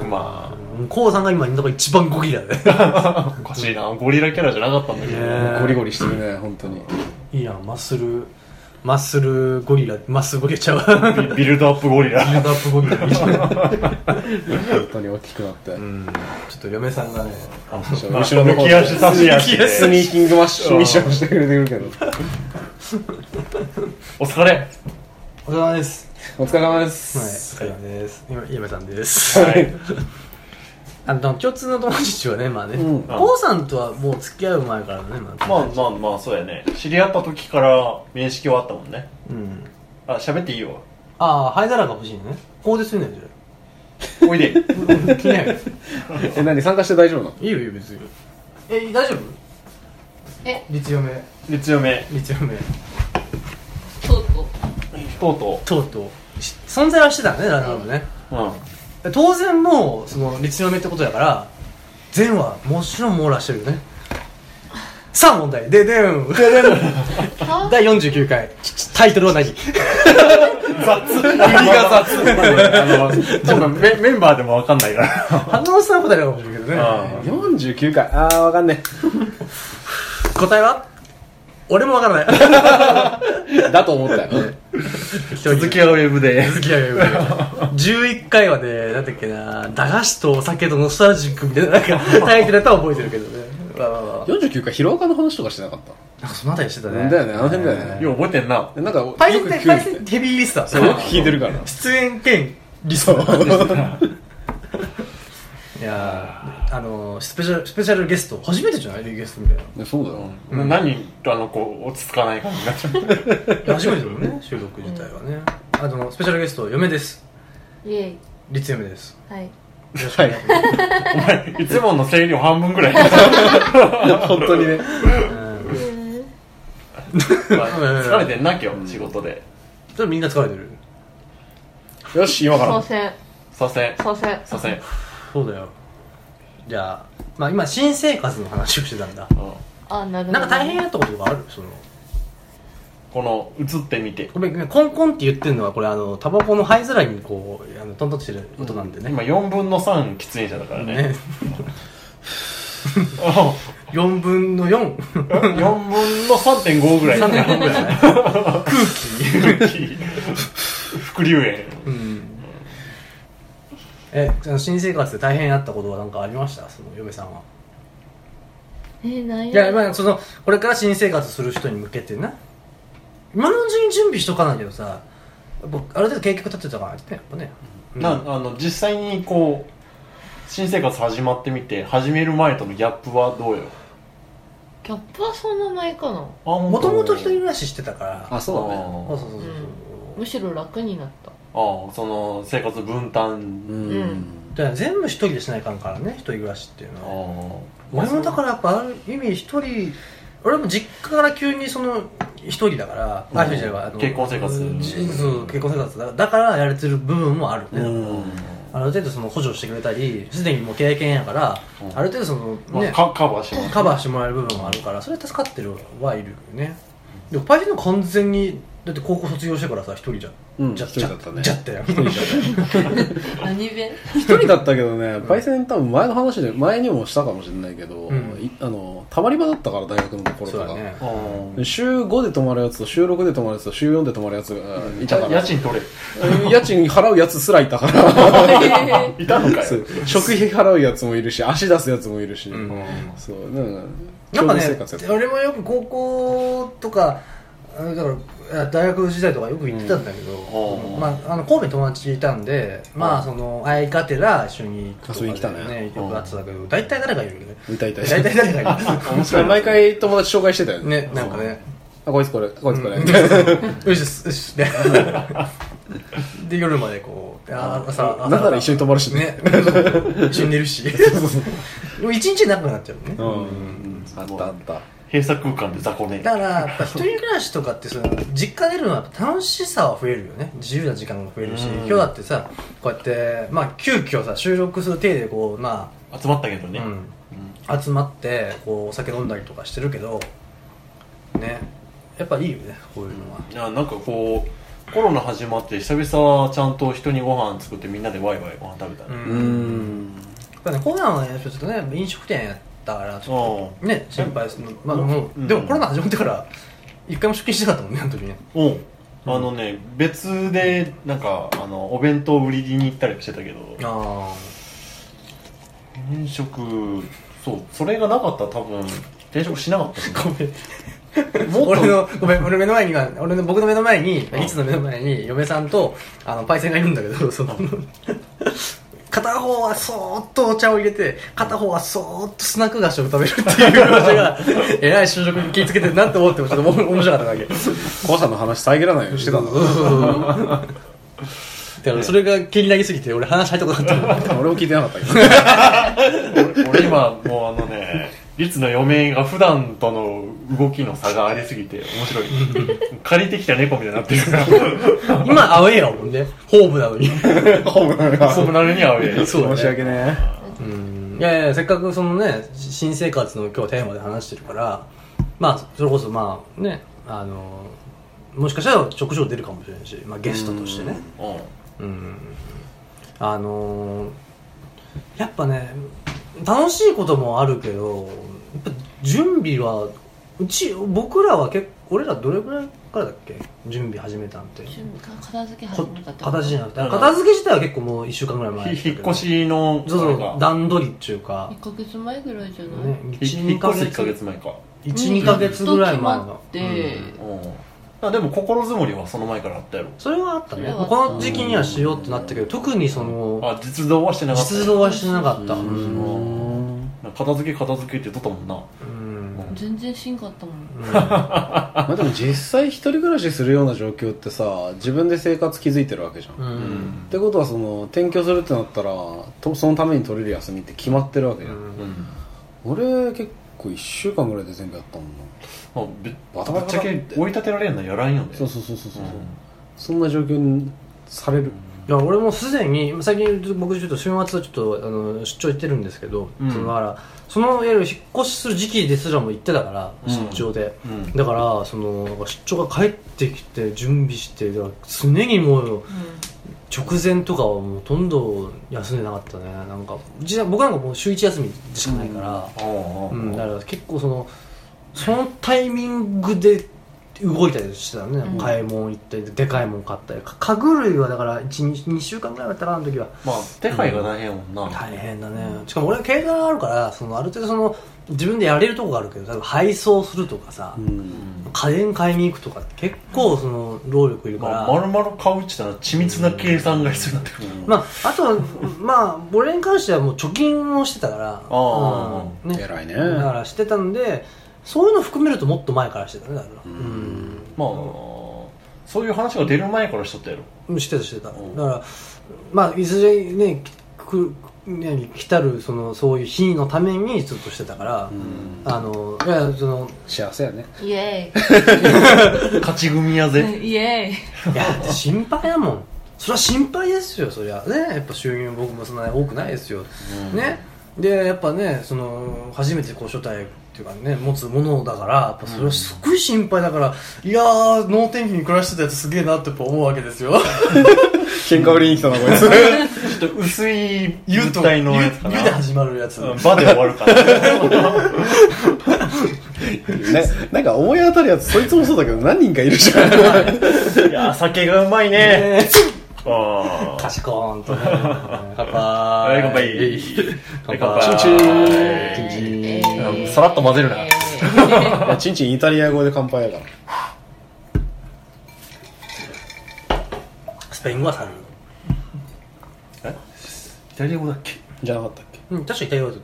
Speaker 2: ん
Speaker 1: ま
Speaker 2: コウさんが今のところ一番ゴリラで。
Speaker 3: <laughs>
Speaker 1: あおかしいなゴリラキャラじゃなかったんだけど、
Speaker 2: ね
Speaker 3: ゴリゴリしてるね、本当に。
Speaker 2: いいやん、マッスル、マッスルゴリラ、マッスルゴリラ <laughs> ちゃうわ。ビ
Speaker 1: ビビルドアップゴリラ <laughs>
Speaker 2: ルドアップゴリラいいじゃん。
Speaker 3: 本当に大きくなって。
Speaker 2: うんちょっと嫁さんがね、
Speaker 3: そう後ろの方
Speaker 1: 抜き足差し足
Speaker 2: 抜き足
Speaker 3: ス
Speaker 1: で
Speaker 3: ニーキングマッシュミッションしてくれてるけど。
Speaker 1: お疲れ
Speaker 2: お疲れ様です。
Speaker 3: お疲れ様で
Speaker 2: はい、お
Speaker 3: す。
Speaker 2: 疲れ様です。今嫁さんです。
Speaker 1: はい
Speaker 2: あの、共通の友達はね、まあね、
Speaker 3: うん
Speaker 2: コウさんとはもう付き合う前からね、まあ。
Speaker 1: まあまあまあそうやね知り合った時から面識はあったもんね
Speaker 2: うん。
Speaker 1: あ喋っていいよ
Speaker 2: ああ、灰皿が欲しいね。こうですよね、じゃあ。
Speaker 1: おい <laughs> で
Speaker 2: 着ないよ
Speaker 3: <laughs> え、何参加して大丈夫なの
Speaker 2: いいよいいよ別にえ大丈夫え立嫁
Speaker 1: で強め
Speaker 2: 立嫁
Speaker 4: とうとう
Speaker 1: とうと
Speaker 2: とうとうし存在はしてたねララブね
Speaker 1: う <laughs> うん
Speaker 2: 当然もうその立嫁ってことだから善はもちろん網羅してるよねさあ問題ででん <laughs> 第49回タイトルは何
Speaker 1: 振りが <laughs> 雑あの多分メメンバーでもわかんないから
Speaker 2: 反応さん答えるかもしれないけどね
Speaker 3: ?49 回。あー、わかんね
Speaker 2: 答えは俺もわからない
Speaker 3: <laughs> え。だと思ったよ。
Speaker 1: 続きはウェブで
Speaker 2: 続きやめよう11回はねなんだっけな駄菓子とお酒とノスタルジックみたいななん
Speaker 3: <laughs>
Speaker 2: かタイトルだったら覚えてるけどねわあわあわ
Speaker 3: <laughs>
Speaker 2: あ
Speaker 3: 49回、ヒロアカの話とかしてなかった
Speaker 2: なんかそのあたりしてたね
Speaker 3: だよねあの辺だよね
Speaker 1: <laughs> よう覚えてんな
Speaker 3: えなんか、よく
Speaker 2: パイセンって
Speaker 3: 聞
Speaker 2: パイセン
Speaker 3: く
Speaker 2: っ
Speaker 3: って
Speaker 2: てヘビーリスター
Speaker 3: そうよく聞いてるから。
Speaker 2: 出演兼リスターいやーあのスペシャルスペシャルゲスト初めてじゃないゲストみたいない
Speaker 3: やそうだよ。
Speaker 1: な何あのこう落ち着かない感じになっちゃう
Speaker 2: <laughs> や初めてだもんね収録自体はねあのスペシャルゲスト嫁です
Speaker 4: イエイ
Speaker 2: 律嫁です
Speaker 4: はい
Speaker 2: よろしくお願いします
Speaker 1: お前 <laughs> いつもの声量半分ぐ <laughs> らい
Speaker 3: 本当にね。
Speaker 2: うん
Speaker 1: 疲れてんな今日仕事で
Speaker 2: ちょっとみんな疲れてる
Speaker 3: よし、今から
Speaker 4: 左。遷
Speaker 1: 左遷
Speaker 4: 左遷
Speaker 1: 左遷
Speaker 2: そうだよじゃあ,、まあ今新生活の話をしてたんだ
Speaker 1: うん
Speaker 4: あなるほど
Speaker 2: なんか大変やったことがあるその
Speaker 1: この映ってみて
Speaker 2: ごめんごめんコンコンって言ってるのはこれあのタバコの灰皿にこうあのトントンしてる音なんでね、
Speaker 1: 今4分の3喫煙者だからね
Speaker 2: <laughs> ね4分の
Speaker 1: 4
Speaker 2: 4
Speaker 1: 分の3.5ぐらい
Speaker 2: 3.5ぐらい空気
Speaker 1: 副流炎
Speaker 2: うんえその新生活で大変だったことは何かありましたその嫁さんは
Speaker 4: えない
Speaker 2: いやまあそのこれから新生活する人に向けてな今のうちに準備しとかないけどさ僕ある程度計画立てたからねやっぱね、うん
Speaker 1: なあの実際にこう新生活始まってみて始める前とのギャップはどうよ
Speaker 4: キャップはそんなないかな
Speaker 1: あ本当
Speaker 2: もともと一人暮らししてたから
Speaker 3: あ、そうだね。
Speaker 2: そうそう
Speaker 1: あ
Speaker 2: そうそう
Speaker 4: むしろ楽になった
Speaker 1: あその生活分
Speaker 3: う
Speaker 1: 担
Speaker 3: ん。
Speaker 2: だから全部一人でしないかんからね一人暮らしっていう
Speaker 1: あ
Speaker 2: のは
Speaker 1: あ
Speaker 2: 俺もだからやっぱある意味一人俺も実家から急にその一人だから、あ
Speaker 1: うん
Speaker 2: 一人じゃないわあの
Speaker 1: 結婚生活
Speaker 2: うんそう結婚生活だからだからやれてる部分もあるね、
Speaker 3: うん。
Speaker 2: ある程度その補助してくれたりすでにもう経験やから、
Speaker 1: うん
Speaker 2: ある程度その、
Speaker 1: まあ
Speaker 2: ね
Speaker 1: カカバーします
Speaker 2: カバーしてもらえる部分もあるからそれ助かってるはいるよねでもパイセンの完全にだって高校卒業してからさ一人じゃん
Speaker 3: うん
Speaker 2: じゃ
Speaker 3: 一人だったね
Speaker 2: じゃじゃったよ
Speaker 4: 何弁
Speaker 3: 一人だったけどね、パイセン多分前の話で、前にもしたかもしれないけど
Speaker 2: うん、
Speaker 3: いあの、たまり場だったから、大学のところ
Speaker 2: そう
Speaker 3: と
Speaker 2: だ
Speaker 3: か。
Speaker 2: ね
Speaker 1: う
Speaker 3: で週5で泊まるやつと週6で泊まるやつと週4で泊まるやつがいたか
Speaker 1: ん
Speaker 3: ら
Speaker 1: 家賃取れ
Speaker 3: 家賃払うやつすらいたから
Speaker 2: <laughs>
Speaker 1: いたのか
Speaker 3: そ
Speaker 1: よ
Speaker 3: う食費払うやつもいるし足出すやつもいるし、
Speaker 2: うん
Speaker 3: そうなんか
Speaker 2: なん
Speaker 3: 共
Speaker 2: か
Speaker 3: 同生
Speaker 2: ね
Speaker 3: 活やった
Speaker 2: 俺もよく高校とかあだからあ大学時代とかよく行ってたんだけど、
Speaker 1: うん
Speaker 2: まあ、あの神戸に友達いたんで、まあ、その相方ら一緒に行くとか
Speaker 3: 遊びに来たね
Speaker 2: よくあってたけど大体誰がいるよね
Speaker 3: 痛い痛い
Speaker 2: 大体誰がい
Speaker 1: 面白い
Speaker 3: 毎回友達紹介してたよ
Speaker 2: る
Speaker 3: ね
Speaker 2: ねなんかね
Speaker 3: あこいつこれこいつこれ、
Speaker 2: うんうっしうっ
Speaker 3: <laughs>
Speaker 2: しでで夜までこうあ朝朝
Speaker 3: なんなら一緒に泊まるしね
Speaker 2: ね一緒に寝るしでも一日長くなっちゃうね
Speaker 3: うん
Speaker 1: す
Speaker 3: あっ
Speaker 1: ごい
Speaker 3: たあった
Speaker 1: 閉鎖空間で雑魚ね
Speaker 2: だからやっぱ一人暮らしとかってその実家出るのはやっぱ楽しさは増えるよね自由な時間が増えるし、
Speaker 1: うん
Speaker 2: 今日だってさこうやってまあ急遽さ収録する体でこうま
Speaker 1: 集まったけど
Speaker 2: あ、
Speaker 1: ね、
Speaker 2: うん
Speaker 1: うん
Speaker 2: 集まってこうお酒飲んだりとかしてるけどねやっぱいいよねこういうのは、
Speaker 1: いやなんかこうコロナ始まって久々ちゃんと人にご飯作ってみんなでワイワイご飯食べたね、
Speaker 3: う
Speaker 2: や
Speaker 3: ん
Speaker 2: っぱねコロナはねちょっとね飲食店やったからちょっとね心配するのまあ
Speaker 1: うん
Speaker 2: もう、
Speaker 1: うん
Speaker 2: でもコロナ始まってから一回も出勤してなかったもんねあの時ね
Speaker 1: うんあのね別でなんかあのお弁当売りに行ったりもしてたけど
Speaker 2: あ
Speaker 1: 転職そうそれがなかったら多分転職しなかったし
Speaker 2: あごめん
Speaker 1: もっと
Speaker 2: 俺の、ごめん、俺の目の前には、俺の、僕の目の前に、
Speaker 1: うん
Speaker 2: いつの目の前に、嫁さんと、あの、パイセンがいるんだけど、その、片方はそーっとお茶を入れて、片方はそーっとスナック菓子を食べるっていう話が、えらい就職に気ぃつけてるなって思っても、ちょっとおも面白かったわけ。
Speaker 3: 怖さの話遮らないようにしてたんだ
Speaker 2: そうそうそうだから、それが気になりすぎて、俺話入ったことなか <laughs> った。
Speaker 3: 俺も聞いてなかったけど
Speaker 1: 俺俺今もうあのね律の嫁が普段との動きの差がありすぎて面白い借りてきた猫みたいになってるから
Speaker 2: 今、アウェーやもんね。ホームなのに。
Speaker 3: ホームラン
Speaker 2: <laughs>
Speaker 3: が
Speaker 1: そうなるには上
Speaker 2: そうだね
Speaker 3: 申し訳ね
Speaker 2: うんいやいやせっかくそのねし新生活の今日テーマで話してるからまあそれこそまあねあのもしかしたら直上出るかもしれないし、まあ、ゲストとしてね
Speaker 1: うん
Speaker 2: うんあのやっぱね楽しいこともあるけどやっぱ準備はうち僕らは結俺らどれぐらいからだっけ準備始めたんて
Speaker 4: 準備か片付け始めたってこと
Speaker 2: 片付けじゃなくて片付け自体は結構もう1週間ぐらい前だた
Speaker 1: ひ
Speaker 2: けど
Speaker 1: 引っ越しの
Speaker 2: そう
Speaker 1: あれ
Speaker 2: そ
Speaker 1: が
Speaker 2: う段取りっていうか
Speaker 4: 1ヶ月前ぐらいじゃない、
Speaker 2: ね、
Speaker 1: ひ
Speaker 2: 1、
Speaker 1: 引
Speaker 2: 2
Speaker 1: っ
Speaker 2: ヶ
Speaker 1: 越す1ヶ
Speaker 2: 月。
Speaker 1: 月前か
Speaker 2: 1、2ヶ月ぐらい前
Speaker 4: ずっ
Speaker 2: の
Speaker 4: と。決まって
Speaker 2: うん
Speaker 1: うんあでも心づもりはその前からあったやろ
Speaker 2: それはあった
Speaker 4: そ
Speaker 2: ね
Speaker 4: れはあ。った
Speaker 2: この時期にはしようってなったけど、特にその、
Speaker 1: あ実動はしてなかった
Speaker 2: 実動はしてなかった。う。
Speaker 3: うんん
Speaker 1: 片付け片付けって言っとったもんな
Speaker 2: うん
Speaker 4: 全然しんかったもん
Speaker 3: まあでも実際一人暮らしするような状況ってさ自分で生活築いてるわけじゃん、
Speaker 2: う
Speaker 3: っ
Speaker 2: ん。
Speaker 3: てことはその転居するってなったらとそのために取れる休みって決まってるわけじゃ
Speaker 1: う
Speaker 3: ん、
Speaker 1: ん
Speaker 3: 俺結構1週間ぐらいで全部やったもんな
Speaker 1: まあぶ
Speaker 3: バタ
Speaker 1: ぶ
Speaker 3: バ
Speaker 1: っ
Speaker 3: タ
Speaker 1: ちゃけ追い立てられんのやらんよね
Speaker 3: そう
Speaker 1: う
Speaker 3: そうそうそうそう、
Speaker 1: ん
Speaker 3: そんな状況にされる
Speaker 2: いや俺もすでに最近僕ちょっと週末はちょっとあの出張行ってるんですけど、
Speaker 1: うん
Speaker 2: そのだからそのいわゆる引っ越しする時期ですらも行ってたから、
Speaker 1: うん
Speaker 2: 出張で、
Speaker 1: うん
Speaker 2: だからその出張が帰ってきて準備してだから常にもう直前とかはもうほとんど休んでなかったねなんか実は僕なんかもう週1休みでしかないから、
Speaker 1: ああああ
Speaker 2: うんだから結構そのそのタイミングで動いたりしてたのね、
Speaker 4: うん
Speaker 2: 買い物行ってでかいもん買ったりか家具類はだから2週間ぐらいだったかなあの時は
Speaker 1: まあ手配が大変やもんな、
Speaker 2: 大変だねしかも俺は経験があるからそのある程度その自分でやれるとこがあるけど例えば配送するとかさ、
Speaker 3: うん
Speaker 2: 家電買いに行くとかって結構その労力いるから、
Speaker 1: まあ、丸々買うって言ったら緻密な計算が必要になってくる、
Speaker 2: まあ、あとは、まあ、俺に関してはもう貯金をしてたから、
Speaker 1: あ
Speaker 2: うんね、
Speaker 3: 偉いね
Speaker 2: だからしてたんで、そういうの含めるともっと前からしてたね、だから。
Speaker 3: ん
Speaker 1: まあ、そういう話が出る前からしとったや <laughs> ろ
Speaker 2: うん、してたしてた。だか
Speaker 1: ん
Speaker 2: ら、まあ、いずれね、くね来たるそのそういう日のためにずっとしてたから、
Speaker 3: うん
Speaker 2: あのいやその
Speaker 3: 幸せやね
Speaker 4: イエ
Speaker 1: 勝ち組やぜ、
Speaker 4: <laughs> ーイイエ
Speaker 2: いやだって心配だもんそれは心配ですよそりゃねやっぱ収入僕もそんなに多くないですよ、
Speaker 1: うん
Speaker 2: ねでやっぱねその初めてこう初体っていうかね持つものだからやっぱそれはすごい心配だから、いやー能天気に暮らしてたやつすげえなってやっぱ思うわけですよ
Speaker 3: 喧嘩売りに来たなこいつ
Speaker 1: ちょっと薄い
Speaker 2: 言う
Speaker 1: 物
Speaker 2: と
Speaker 1: 体の
Speaker 2: 言
Speaker 1: や
Speaker 2: う
Speaker 1: つか
Speaker 2: 言う
Speaker 1: な
Speaker 2: で始まるやつ、
Speaker 1: うん場で終わる <laughs> から
Speaker 3: <laughs> ねなんか思い当たるやつそいつもそうだけど何人かいるじゃ <laughs> ん
Speaker 1: いや酒がうまいね <laughs>
Speaker 2: ね
Speaker 1: あ
Speaker 2: か
Speaker 1: あ
Speaker 2: しこーんとね乾杯
Speaker 1: はい乾杯
Speaker 2: 乾杯
Speaker 1: 乾杯
Speaker 3: チンチン
Speaker 1: はい
Speaker 4: ー
Speaker 2: え
Speaker 4: イ
Speaker 1: うんさらっと混ぜるな
Speaker 4: イエーイ
Speaker 3: いやチンチンイタリア語で乾杯やから
Speaker 2: スペイン語はされる
Speaker 1: イタリア語だっけ
Speaker 3: じゃなかったっけ
Speaker 2: うん確かイタリア語だと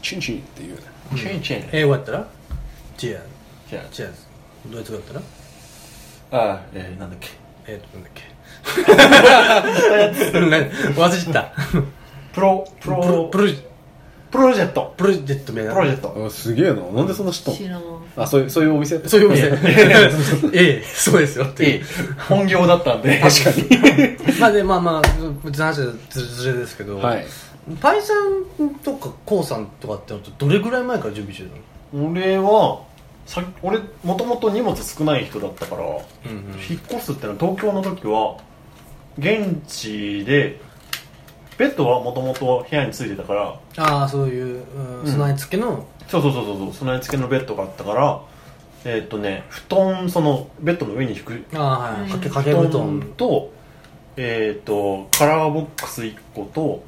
Speaker 3: チンチンって言うね
Speaker 1: チェンチェン
Speaker 2: 英語やったらチェア
Speaker 1: じゃ
Speaker 2: チェアドイツ語だったら
Speaker 1: あああえーなんだっけ
Speaker 2: えっとなんだっけ忘れちゃった
Speaker 1: プロプ
Speaker 2: プロ
Speaker 1: ロ
Speaker 2: プロ
Speaker 1: プロジェット
Speaker 2: プロジェットみたいな
Speaker 1: プロジェット
Speaker 3: あすげえななんでそんな知っ
Speaker 4: 知
Speaker 3: た
Speaker 4: ら
Speaker 2: <laughs>
Speaker 4: ん
Speaker 3: のあそういうそういうお店
Speaker 2: そういうお店 <laughs> ええそうですよって
Speaker 1: え
Speaker 2: い
Speaker 1: え
Speaker 2: う
Speaker 1: 本業だったんで確かに
Speaker 2: まあでまあまあ別の話はずずれですけど
Speaker 3: はい
Speaker 2: パイさんとかコウさんとかってのってどれぐらい前から準備してたの
Speaker 1: 俺はさ俺もともと荷物少ない人だったから、
Speaker 2: うんうん
Speaker 1: 引っ越すってのは東京の時は現地でベッドはもともと部屋についてたから
Speaker 2: ああそういううん備え付けの
Speaker 1: そうそうそうそうそう備え付けのベッドがあったからえーっ、とね布団そのベッドの上に敷く
Speaker 2: ああはい
Speaker 4: うん
Speaker 2: 掛け掛け
Speaker 1: 布
Speaker 2: 布
Speaker 1: 団
Speaker 2: 団
Speaker 1: とえーっ、とカラーボックス1個と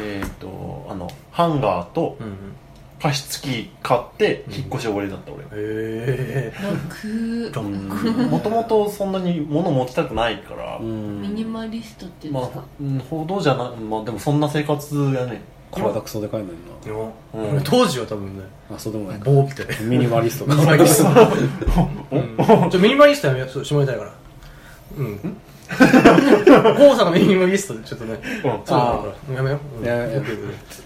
Speaker 1: えーっ、とあのハンガーと
Speaker 2: うんうん
Speaker 1: 加湿器買って引っ越し終わりだった俺
Speaker 2: へえ
Speaker 4: 楽
Speaker 1: <laughs> もともとそんなに物持ちたくないから、
Speaker 3: うん
Speaker 4: ミニマリストっていうん
Speaker 1: ま
Speaker 4: です
Speaker 1: あ
Speaker 4: か、
Speaker 1: うんほどじゃない、まあ、でもそんな生活やね
Speaker 3: 体クソでかいのにな
Speaker 1: うん
Speaker 2: 当時は多分ね
Speaker 3: あそうでもないか
Speaker 2: 棒みたいな
Speaker 3: ミニマリストか
Speaker 2: ミニマ
Speaker 3: <laughs>
Speaker 2: リストうんちょミニマリストやめようそう下ネタやからうん郷さんがミニマリストでちょっとね
Speaker 1: うん
Speaker 2: そうだからやめよううん
Speaker 3: いやいや
Speaker 2: オッケーオッケー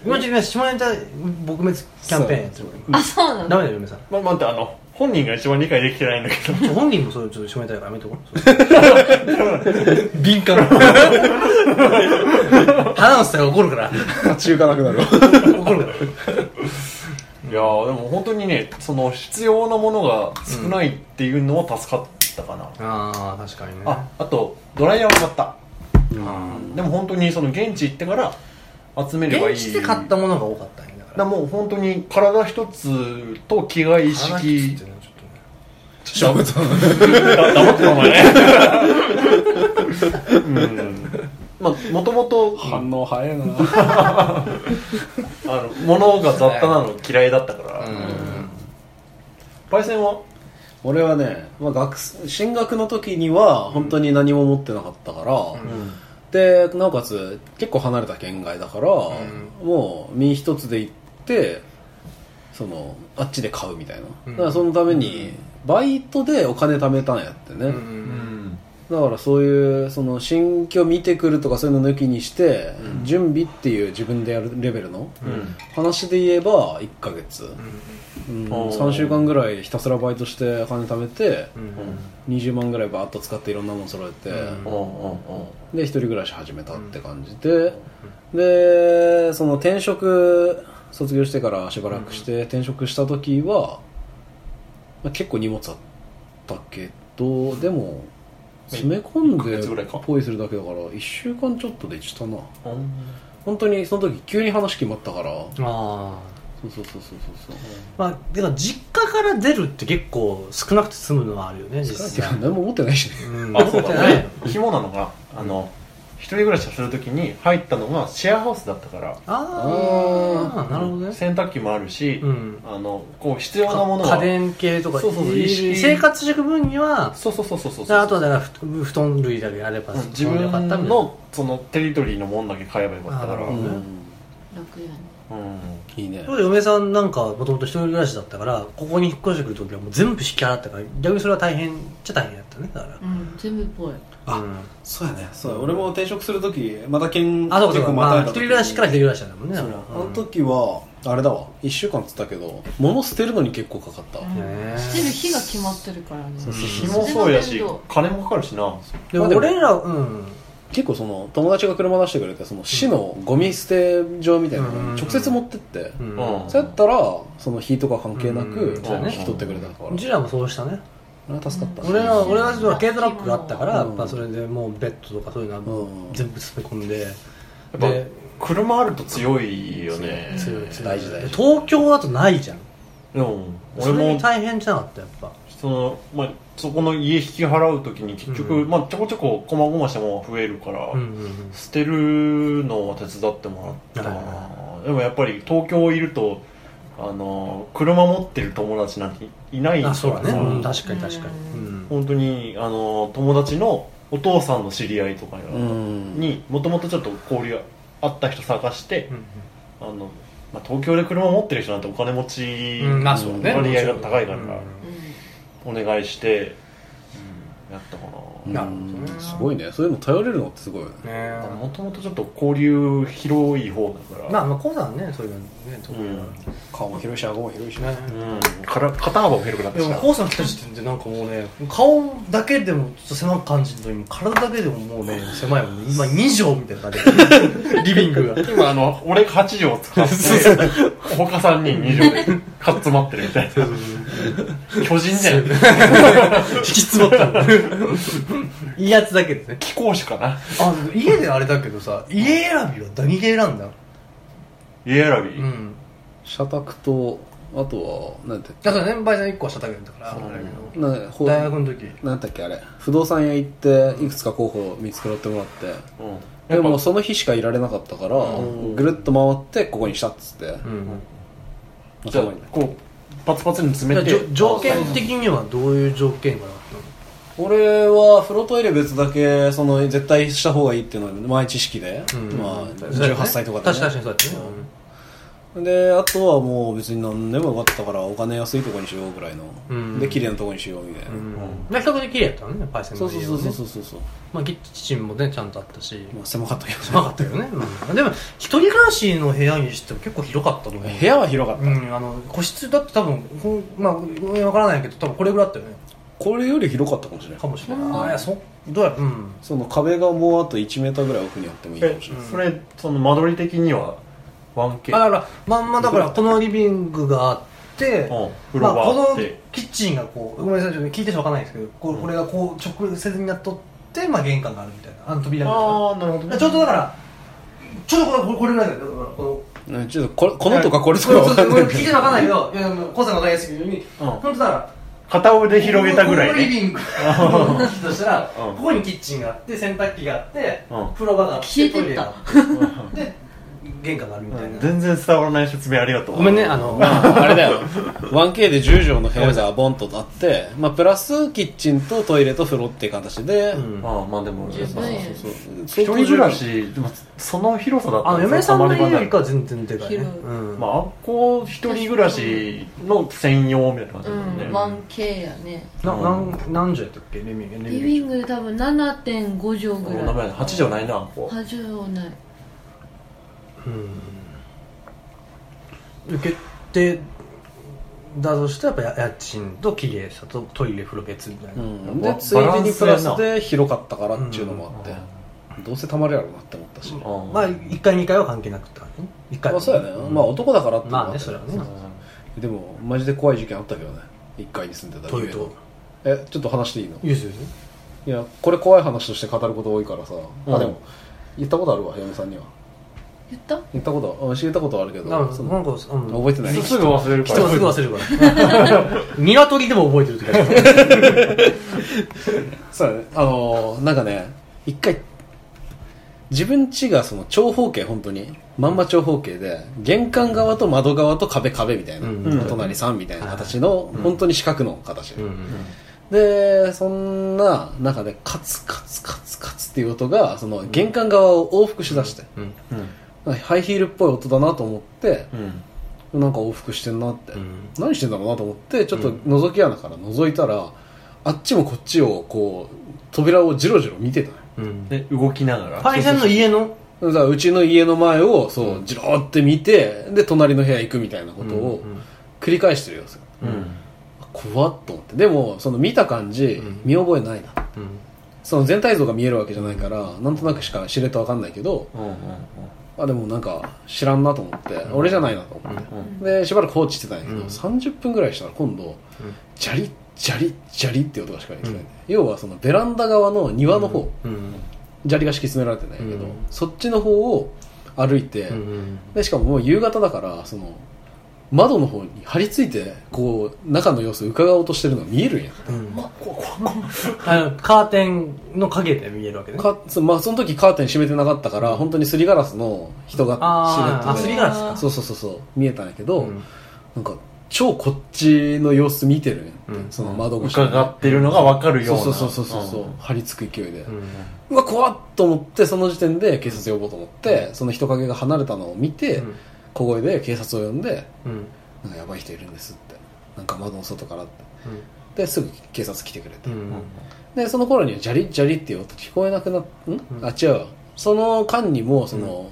Speaker 2: 今ちょっとね下ネタ撲滅キャンペーンやってるか
Speaker 4: あそうな
Speaker 2: ら
Speaker 4: の
Speaker 2: ダメだよ嫁さん
Speaker 1: まあ待ってあの本人が一番理解できてないんだけど
Speaker 2: ちょ本人もそれちょっと下ネタやからやめとこうそう敏感話をしたら怒るから
Speaker 3: 立ち行かなくな <laughs> るわ
Speaker 2: 怒るから
Speaker 1: いやーでも本当にねその必要なものが少ないっていうのは助かったかな、
Speaker 2: ああ確かにね
Speaker 1: ああとドライヤーを買った
Speaker 3: うん
Speaker 1: でも本当にその現地行ってから集めればいい
Speaker 2: 現地で買ったものが多かったんやだか
Speaker 1: だかららもう本当に体一つと着替え一
Speaker 2: 腹切
Speaker 1: 式
Speaker 2: ってねちょっとね
Speaker 1: ちょ
Speaker 3: <laughs>
Speaker 1: っと黙ってたお前うんまあもともと
Speaker 3: 反応早いな
Speaker 1: あの物が雑多なの嫌いだったから、パイセンは
Speaker 3: 俺はね、まあ、学生進学の時には本当に何も持ってなかったから、
Speaker 1: うん
Speaker 3: でなおかつ結構離れた県外だから、もう身一つで行ってそのあっちで買うみたいな、
Speaker 2: うん
Speaker 3: だからそのためにバイトでお金貯めたんやってね、
Speaker 2: う
Speaker 1: うんん
Speaker 3: だからそういうその新居見てくるとかそういうの抜きにして、準備っていう自分でやるレベルの
Speaker 1: うん
Speaker 3: 話で言えば1ヶ月、うん
Speaker 1: おー
Speaker 3: 3週間ぐらいひたすらバイトしてお金貯めて
Speaker 2: うんうん
Speaker 3: 20万ぐらいバーッと使っていろんなもの揃えて、
Speaker 2: うん
Speaker 3: で一人暮らし始めたって感じで、でその転職卒業してからしばらくして転職した時は、まあ、結構荷物あったけどでも詰め込ん
Speaker 1: 一ヶ月ぐらい
Speaker 3: で
Speaker 1: か
Speaker 3: ポイするだけだから1週間ちょっとでしたな
Speaker 1: うん
Speaker 3: 本当にその時急に話決まったから
Speaker 2: ああ
Speaker 3: そそうそうそうそうそう
Speaker 2: まあでも実家から出るって結構少なくて済むのはあるよね実
Speaker 3: そうてか
Speaker 2: 際
Speaker 3: <laughs> 何も持ってないしね
Speaker 2: うん
Speaker 1: あそうだ
Speaker 2: ない
Speaker 1: ね紐なのがあの一人暮らしをするときに入ったのがシェアハウスだったから
Speaker 2: ああなるほどね
Speaker 1: 洗濯機もあるし、
Speaker 2: うん
Speaker 1: あのこう必要なものは
Speaker 2: 家電系とか
Speaker 1: そうそうそう
Speaker 2: い
Speaker 1: 意識
Speaker 2: 生活していく分には
Speaker 1: そうそうそうそうそう
Speaker 2: であとはだからふ布団類だけあれば
Speaker 1: うん自
Speaker 2: その
Speaker 1: 分
Speaker 2: よかったみたいな
Speaker 1: のそのテリトリーのもんだけ買えばよかったか
Speaker 2: あ
Speaker 1: ら
Speaker 2: ーなるほどね
Speaker 4: 楽やね
Speaker 1: うん
Speaker 3: いいね
Speaker 2: そう嫁さんなんかもともと一人暮らしだったからここに引っ越してくるときはもう全部引き払ったから逆にそれは大変っちゃ大変だったねだから
Speaker 4: うん全部っぽい
Speaker 3: あ
Speaker 2: うん
Speaker 3: そうやねそうや俺も転職する時また県
Speaker 2: あそうかそ
Speaker 3: 結
Speaker 2: うか
Speaker 3: 構
Speaker 2: まあ
Speaker 3: また
Speaker 2: 一人暮らしから一人暮らしなんだもんね
Speaker 3: そう
Speaker 2: だ
Speaker 3: や
Speaker 2: か
Speaker 3: あ
Speaker 2: ら
Speaker 3: の時はあれだわ1週間っつったけど物捨てるのに結構かかった
Speaker 4: うん
Speaker 2: ね
Speaker 4: 捨てる日が決まってるからね
Speaker 3: そうそう
Speaker 1: 日もそうやし
Speaker 4: それも面
Speaker 1: 金もかかるしな
Speaker 2: で
Speaker 3: まあでも
Speaker 2: 俺らうん
Speaker 3: 結構その友達が車出してくれてその市のゴミ捨て場みたいな
Speaker 2: うん
Speaker 3: のに直接持ってって
Speaker 2: うん
Speaker 1: うん
Speaker 3: そうやったらその日とか関係な
Speaker 2: う
Speaker 3: く
Speaker 2: ん
Speaker 1: そう
Speaker 3: 引
Speaker 1: ね
Speaker 3: き取ってくれたから
Speaker 2: うちらもそうしたね
Speaker 3: あれは助かった
Speaker 2: 俺は
Speaker 4: うん
Speaker 2: 俺はちょっと軽トラックがあったから、
Speaker 3: うん
Speaker 2: やっぱそれでもうベッドとかそういうのは
Speaker 3: うん
Speaker 2: 全部詰め込んで、
Speaker 1: ぱ
Speaker 2: で
Speaker 1: 車あると強いよね
Speaker 2: 強い強い
Speaker 3: 大事大事
Speaker 2: 東京だとないじゃん
Speaker 1: でも
Speaker 2: そ
Speaker 1: 俺
Speaker 2: れに
Speaker 1: も
Speaker 2: 大変じゃなかったやっぱ
Speaker 1: その、まあ、そこの家引き払う時に結局、
Speaker 2: うん
Speaker 1: まあ、ちょこちょこ細々したものが増えるから、
Speaker 2: うんうんうん
Speaker 1: 捨てるのは手伝ってもらったか
Speaker 2: はい
Speaker 1: なでもやっぱり東京いるとあの車持ってる友達なんていないから
Speaker 2: あそうだね、
Speaker 1: さ
Speaker 2: うん確かに確かに、う
Speaker 4: うん
Speaker 1: 本当にあの友達のお父さんの知り合いとか
Speaker 3: うん
Speaker 1: にもともとちょっと交流があった人探して、
Speaker 2: うん
Speaker 1: あのまあ、東京で車持ってる人なんてお金持ち、
Speaker 2: うんまあそうね
Speaker 1: 割合が高いから
Speaker 2: うん
Speaker 4: 白いうん
Speaker 1: お願いして、うんやったか
Speaker 3: うん
Speaker 2: なるほどね
Speaker 3: すごいねそれでも頼れるのってすごいよね
Speaker 2: ね
Speaker 1: なもともとちょっと交流広い方だから、
Speaker 2: まあまあコウさんねそういうのね東京だか
Speaker 3: 顔も広いし顎も広いし
Speaker 2: らね
Speaker 1: うん、から肩幅も広くなって
Speaker 2: で
Speaker 1: き
Speaker 2: も
Speaker 1: た
Speaker 2: コウさん来た時点でなんかもうね顔だけでもちょっと狭く感じるのに体だけでももうね狭いもんね今2畳みたいな感じでリビングが
Speaker 1: 今あの俺が8畳使って他3人2畳でかっつまってるみたいな巨人じゃん
Speaker 2: 引き詰まったのいいやつだけですね
Speaker 1: 貴公子かな
Speaker 2: あ家であれだけどさ家選びは何で選んだ
Speaker 1: 家選び、
Speaker 2: ん
Speaker 3: 社宅とあとはなんて
Speaker 2: だからねバイさん1個はしたけだから
Speaker 1: そうだね
Speaker 3: なほ
Speaker 2: 大学の時
Speaker 3: なんだっけあれ不動産屋行っていくつか候補見繕ってもらって
Speaker 1: うん、
Speaker 3: で
Speaker 1: やっぱ
Speaker 3: もその日しかいられなかったから
Speaker 2: うん
Speaker 3: ぐるっと回ってここにしたっつって
Speaker 2: うん
Speaker 1: じゃあ
Speaker 3: まあそこに
Speaker 1: こうパツパツに詰
Speaker 2: じゃ
Speaker 1: め
Speaker 2: あ
Speaker 1: て
Speaker 2: じょ条件的にはどういう条件があったの
Speaker 3: 俺は風呂トイレ別だけその絶対した方がいいっていうのは前知識で、
Speaker 2: うん
Speaker 3: まあ、18歳とかで、ね
Speaker 2: 確かにそうだったね
Speaker 3: であとはもう別に何でもよかったからお金安いとこにしようぐらいの、
Speaker 2: うん
Speaker 3: で綺麗なとこにしようみたいな、
Speaker 2: うんうん比較的綺麗やったのねパイセン
Speaker 3: そ
Speaker 2: の
Speaker 3: うそう
Speaker 2: 家
Speaker 3: そう
Speaker 2: は
Speaker 3: そう
Speaker 2: ね
Speaker 3: そうそうそう、
Speaker 2: まあキッチンもねちゃんとあったし
Speaker 3: まあ、狭かったけど
Speaker 2: 狭かったけどねうんでも一人暮らしの部屋にしても結構広かったと思う
Speaker 3: <laughs> 部屋は広かった、
Speaker 2: うんあの個室だって多分こうまあ分からないけど多分これぐらいあったよね
Speaker 3: これより広かったかもしれない
Speaker 2: かもしれ
Speaker 4: うん
Speaker 2: ないあいやそどうやらうん
Speaker 3: その壁がもうあと1メーターぐらい奥にあってもいいかもしれない、
Speaker 1: それその間取り的には
Speaker 2: あ
Speaker 1: 1K
Speaker 2: だからまんまだからこのリビングがあって、
Speaker 1: うん風
Speaker 2: ま
Speaker 1: 呂が
Speaker 2: あ、こ
Speaker 1: あっ
Speaker 2: の
Speaker 1: て、
Speaker 2: キッチンがこうごめんなさいちょっと聞いてしわかんないですけどこれこれがこう直接になっとって、まあ、玄関があるみたいなあの扉みたいな
Speaker 1: ああなるほどね
Speaker 2: ちょっとだからちょっとこれこれぐらいだよだからこの
Speaker 3: うんちょっとこれこのとかこれと
Speaker 2: こ
Speaker 3: か
Speaker 2: れ
Speaker 3: わかんない
Speaker 2: これ聞いてしわかんないけどいやでもコウさんが分かりやすいように、
Speaker 1: うん
Speaker 2: 本当だから
Speaker 1: 片腕広げたぐら
Speaker 2: ここの
Speaker 1: い
Speaker 2: リ
Speaker 1: ね
Speaker 2: ビングのとしたら、
Speaker 1: うん
Speaker 2: ここにキッチンがあって洗濯機があって、
Speaker 1: うん
Speaker 2: 風呂場があって
Speaker 4: 消えてった
Speaker 2: トイレがあってで玄関があるみたいな、
Speaker 1: 全然伝わらない説明ありがとう
Speaker 2: ごめんねあの、
Speaker 3: まあ、あれだよ 1K で10畳の部屋がボンとあって、まあ、プラスキッチンとトイレと風呂っていう形で、
Speaker 2: うん
Speaker 1: ああまあでも
Speaker 4: 十分やね
Speaker 1: 一人暮らしでもその広さだった
Speaker 2: あの
Speaker 1: ら
Speaker 2: 嫁さん
Speaker 1: た
Speaker 2: の
Speaker 1: まり場
Speaker 2: 家
Speaker 1: にな
Speaker 2: よ
Speaker 1: る
Speaker 2: りかは全然でかいね、
Speaker 4: 広い
Speaker 2: うん
Speaker 1: まああっこう一人暮らしの専用みたいな感じ
Speaker 4: う
Speaker 1: だもんね、
Speaker 4: ん 1K やね
Speaker 2: ななん何畳やったっけリビング
Speaker 4: リビン
Speaker 2: グ
Speaker 4: グ多分7.5
Speaker 1: お
Speaker 4: 畳ぐ
Speaker 1: 名前
Speaker 4: らい
Speaker 1: 8畳ないなあっこ
Speaker 4: 8畳ない
Speaker 2: うん受けてだとしてやっぱや家賃と綺麗さとトイレ風呂別みたいな、
Speaker 3: うん、
Speaker 1: バ
Speaker 3: で
Speaker 1: ランス
Speaker 3: ついでにプラスで広かったからっていうのもあって、
Speaker 1: うん
Speaker 3: どうせたまるやろうなって思ったし、
Speaker 1: あー
Speaker 2: まあ1階2階は関係なくてね1階
Speaker 3: まあそうやね、まあ男だからっていうのも
Speaker 2: まあねそれはね
Speaker 3: でもマジで怖い事件あったけどね1階に住んでた
Speaker 2: トイレ
Speaker 3: 家の
Speaker 2: と
Speaker 3: えちょっと話していいの
Speaker 2: いいですよ
Speaker 3: いやこれ怖い話として語ること多いからさ、
Speaker 1: うん
Speaker 3: あでも言ったことあるわ嫁さんには
Speaker 4: 言った
Speaker 3: 言ったことあ教えたことはあるけど
Speaker 2: なんか
Speaker 3: そ
Speaker 2: な
Speaker 3: の
Speaker 2: んか、うん、
Speaker 3: 覚えてない
Speaker 1: すすぐ忘れるか
Speaker 2: 人
Speaker 1: ら
Speaker 2: はすぐ忘れるから。ニワトリでも覚えてる時ある。
Speaker 3: そうだねあのーなんかね一回自分家がその長方形本当にまんま長方形で玄関側と窓側と壁壁みたいな、
Speaker 2: うん
Speaker 3: お隣さんみたいな形の、本当に四角の形、
Speaker 2: うん
Speaker 3: でそんな中でカツカツカツカツっていう音がその玄関側を往復しだして、
Speaker 2: うん
Speaker 1: うん
Speaker 3: ハイヒールっぽい音だなと思って、
Speaker 1: うん
Speaker 3: なんか往復してんなって、
Speaker 2: うん
Speaker 3: 何してんだろうなと思ってちょっと覗き穴から覗いたら、あっちもこっちをこう扉をじろじろ見てたのよ
Speaker 2: うん
Speaker 1: で動きながら
Speaker 2: パイセンの家の
Speaker 3: だからうちの家の前をそうじろーって見てで隣の部屋行くみたいなことを
Speaker 2: うん
Speaker 3: 繰り返してるよ、それ
Speaker 1: うん
Speaker 3: 怖っと思ってでもその見た感じ、
Speaker 2: ん
Speaker 3: 見覚えないな
Speaker 2: うん
Speaker 3: その全体像が見えるわけじゃないからなんとなくしか知れとわかんないけど
Speaker 1: うんうん
Speaker 3: あでもなんか知らんなと思って、俺じゃないなと思って、
Speaker 1: うんうん
Speaker 3: でしばらく放置してたんやけど、
Speaker 2: うん
Speaker 3: 30分ぐらいしたら今度、
Speaker 2: ん
Speaker 3: ジャリッジャリッジャリって音がしか聞こえない、要はそのベランダ側の庭の方、
Speaker 2: うん
Speaker 3: 砂利が敷き詰められてないけど、
Speaker 2: うん
Speaker 3: そっちの方を歩いて、
Speaker 2: うん
Speaker 3: でしかももう夕方だからその窓の方に張り付いてこう中の様子を伺おうとしてるのが見えるんや
Speaker 2: うんあのカーテンの影で見えるわけね
Speaker 3: かそ,、まあ、その時カーテン閉めてなかったから本当にすりガラスの人が
Speaker 2: あーあ
Speaker 3: シ
Speaker 2: す
Speaker 3: ルエ
Speaker 2: り
Speaker 3: ッ
Speaker 2: ガラス
Speaker 3: トで
Speaker 2: か
Speaker 3: そうそうそうそう見えたんやけど、
Speaker 2: うん
Speaker 3: なんか超こっちの様子見てるんやって、
Speaker 2: うん
Speaker 3: その窓越しに
Speaker 1: 伺ってるのが分かるような
Speaker 3: そうそうそうそうそう、
Speaker 1: ん
Speaker 3: 張り付く勢いで、う
Speaker 2: うん
Speaker 3: わ怖っと思ってその時点で警察呼ぼうと思って、その人影が離れたのを見て、
Speaker 2: うん
Speaker 3: 小声で警察を呼んで
Speaker 2: うん
Speaker 3: なんかやばい人いるんですってなんか窓の外からってですぐ警察来てくれて、
Speaker 2: うんうん
Speaker 3: でその頃にはジャリッジャリっていう音聞こえなくなっん、あ違うその間にもその、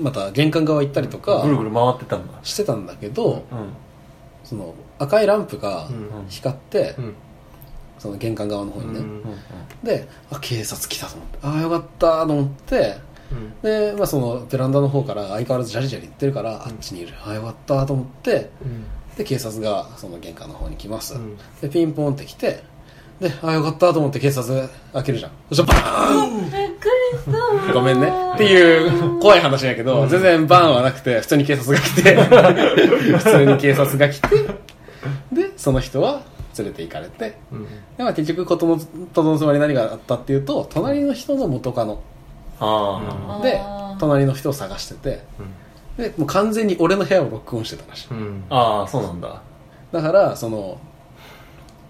Speaker 3: また玄関側行ったりとか
Speaker 1: ぐるぐる回ってたんだ
Speaker 3: してたんだけど、
Speaker 1: うん
Speaker 3: その赤いランプが
Speaker 2: うん
Speaker 3: 光って、
Speaker 2: うん
Speaker 3: その玄関側の方にね、
Speaker 2: うん
Speaker 1: うん
Speaker 3: であ警察来たと思ってああよかったと思って
Speaker 2: うん
Speaker 3: で、まあ、そのベランダの方から相変わらずジャリジャリ言ってるから、あっちにいるああよかったと思って
Speaker 2: うん
Speaker 3: で警察がその玄関の方に来ます、
Speaker 2: うん
Speaker 3: でピンポンって来てでああよかったと思って警察開けるじゃんそしたらバー
Speaker 4: びっくりした
Speaker 3: ンごめんねっていう怖い話やけど、全然バーンはなくて普通に警察が
Speaker 2: <laughs>
Speaker 3: 来て普通に警察が来てでその人は連れて行かれて
Speaker 2: うん
Speaker 3: でまあ、結局ことのとどのつまり何があったっていうと隣の人の元カノ
Speaker 1: あ
Speaker 3: で
Speaker 4: あー
Speaker 3: 隣の人を探してて
Speaker 2: うん
Speaker 3: でもう完全に俺の部屋をロックオンしてたらしい
Speaker 2: うん
Speaker 1: あああそうなんだ
Speaker 3: だからその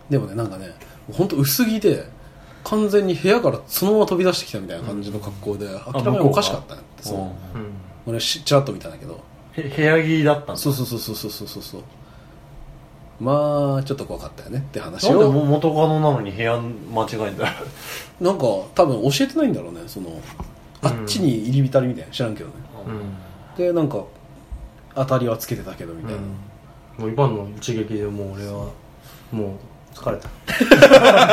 Speaker 3: でもねなんかね本当薄着で完全に部屋からそのまま飛び出してきたみたいな感じの格好で明らかにおかしかったんやってそううん
Speaker 2: うん
Speaker 3: 俺しちらっと見たんだけど
Speaker 1: へ部屋着だったんだ
Speaker 3: そうそうそうそうそうそうそうまあちょっと怖かったよねって話
Speaker 1: なんでも
Speaker 3: を
Speaker 1: 元カノなのに部屋間違えんだよ
Speaker 3: なんか多分教えてないんだろうねそのあっちに入り浸りみたいな知らんけどね
Speaker 2: うん
Speaker 3: でなんか当たりはつけてたけどみたいな、
Speaker 2: もう今の一撃でもう俺はもう疲れた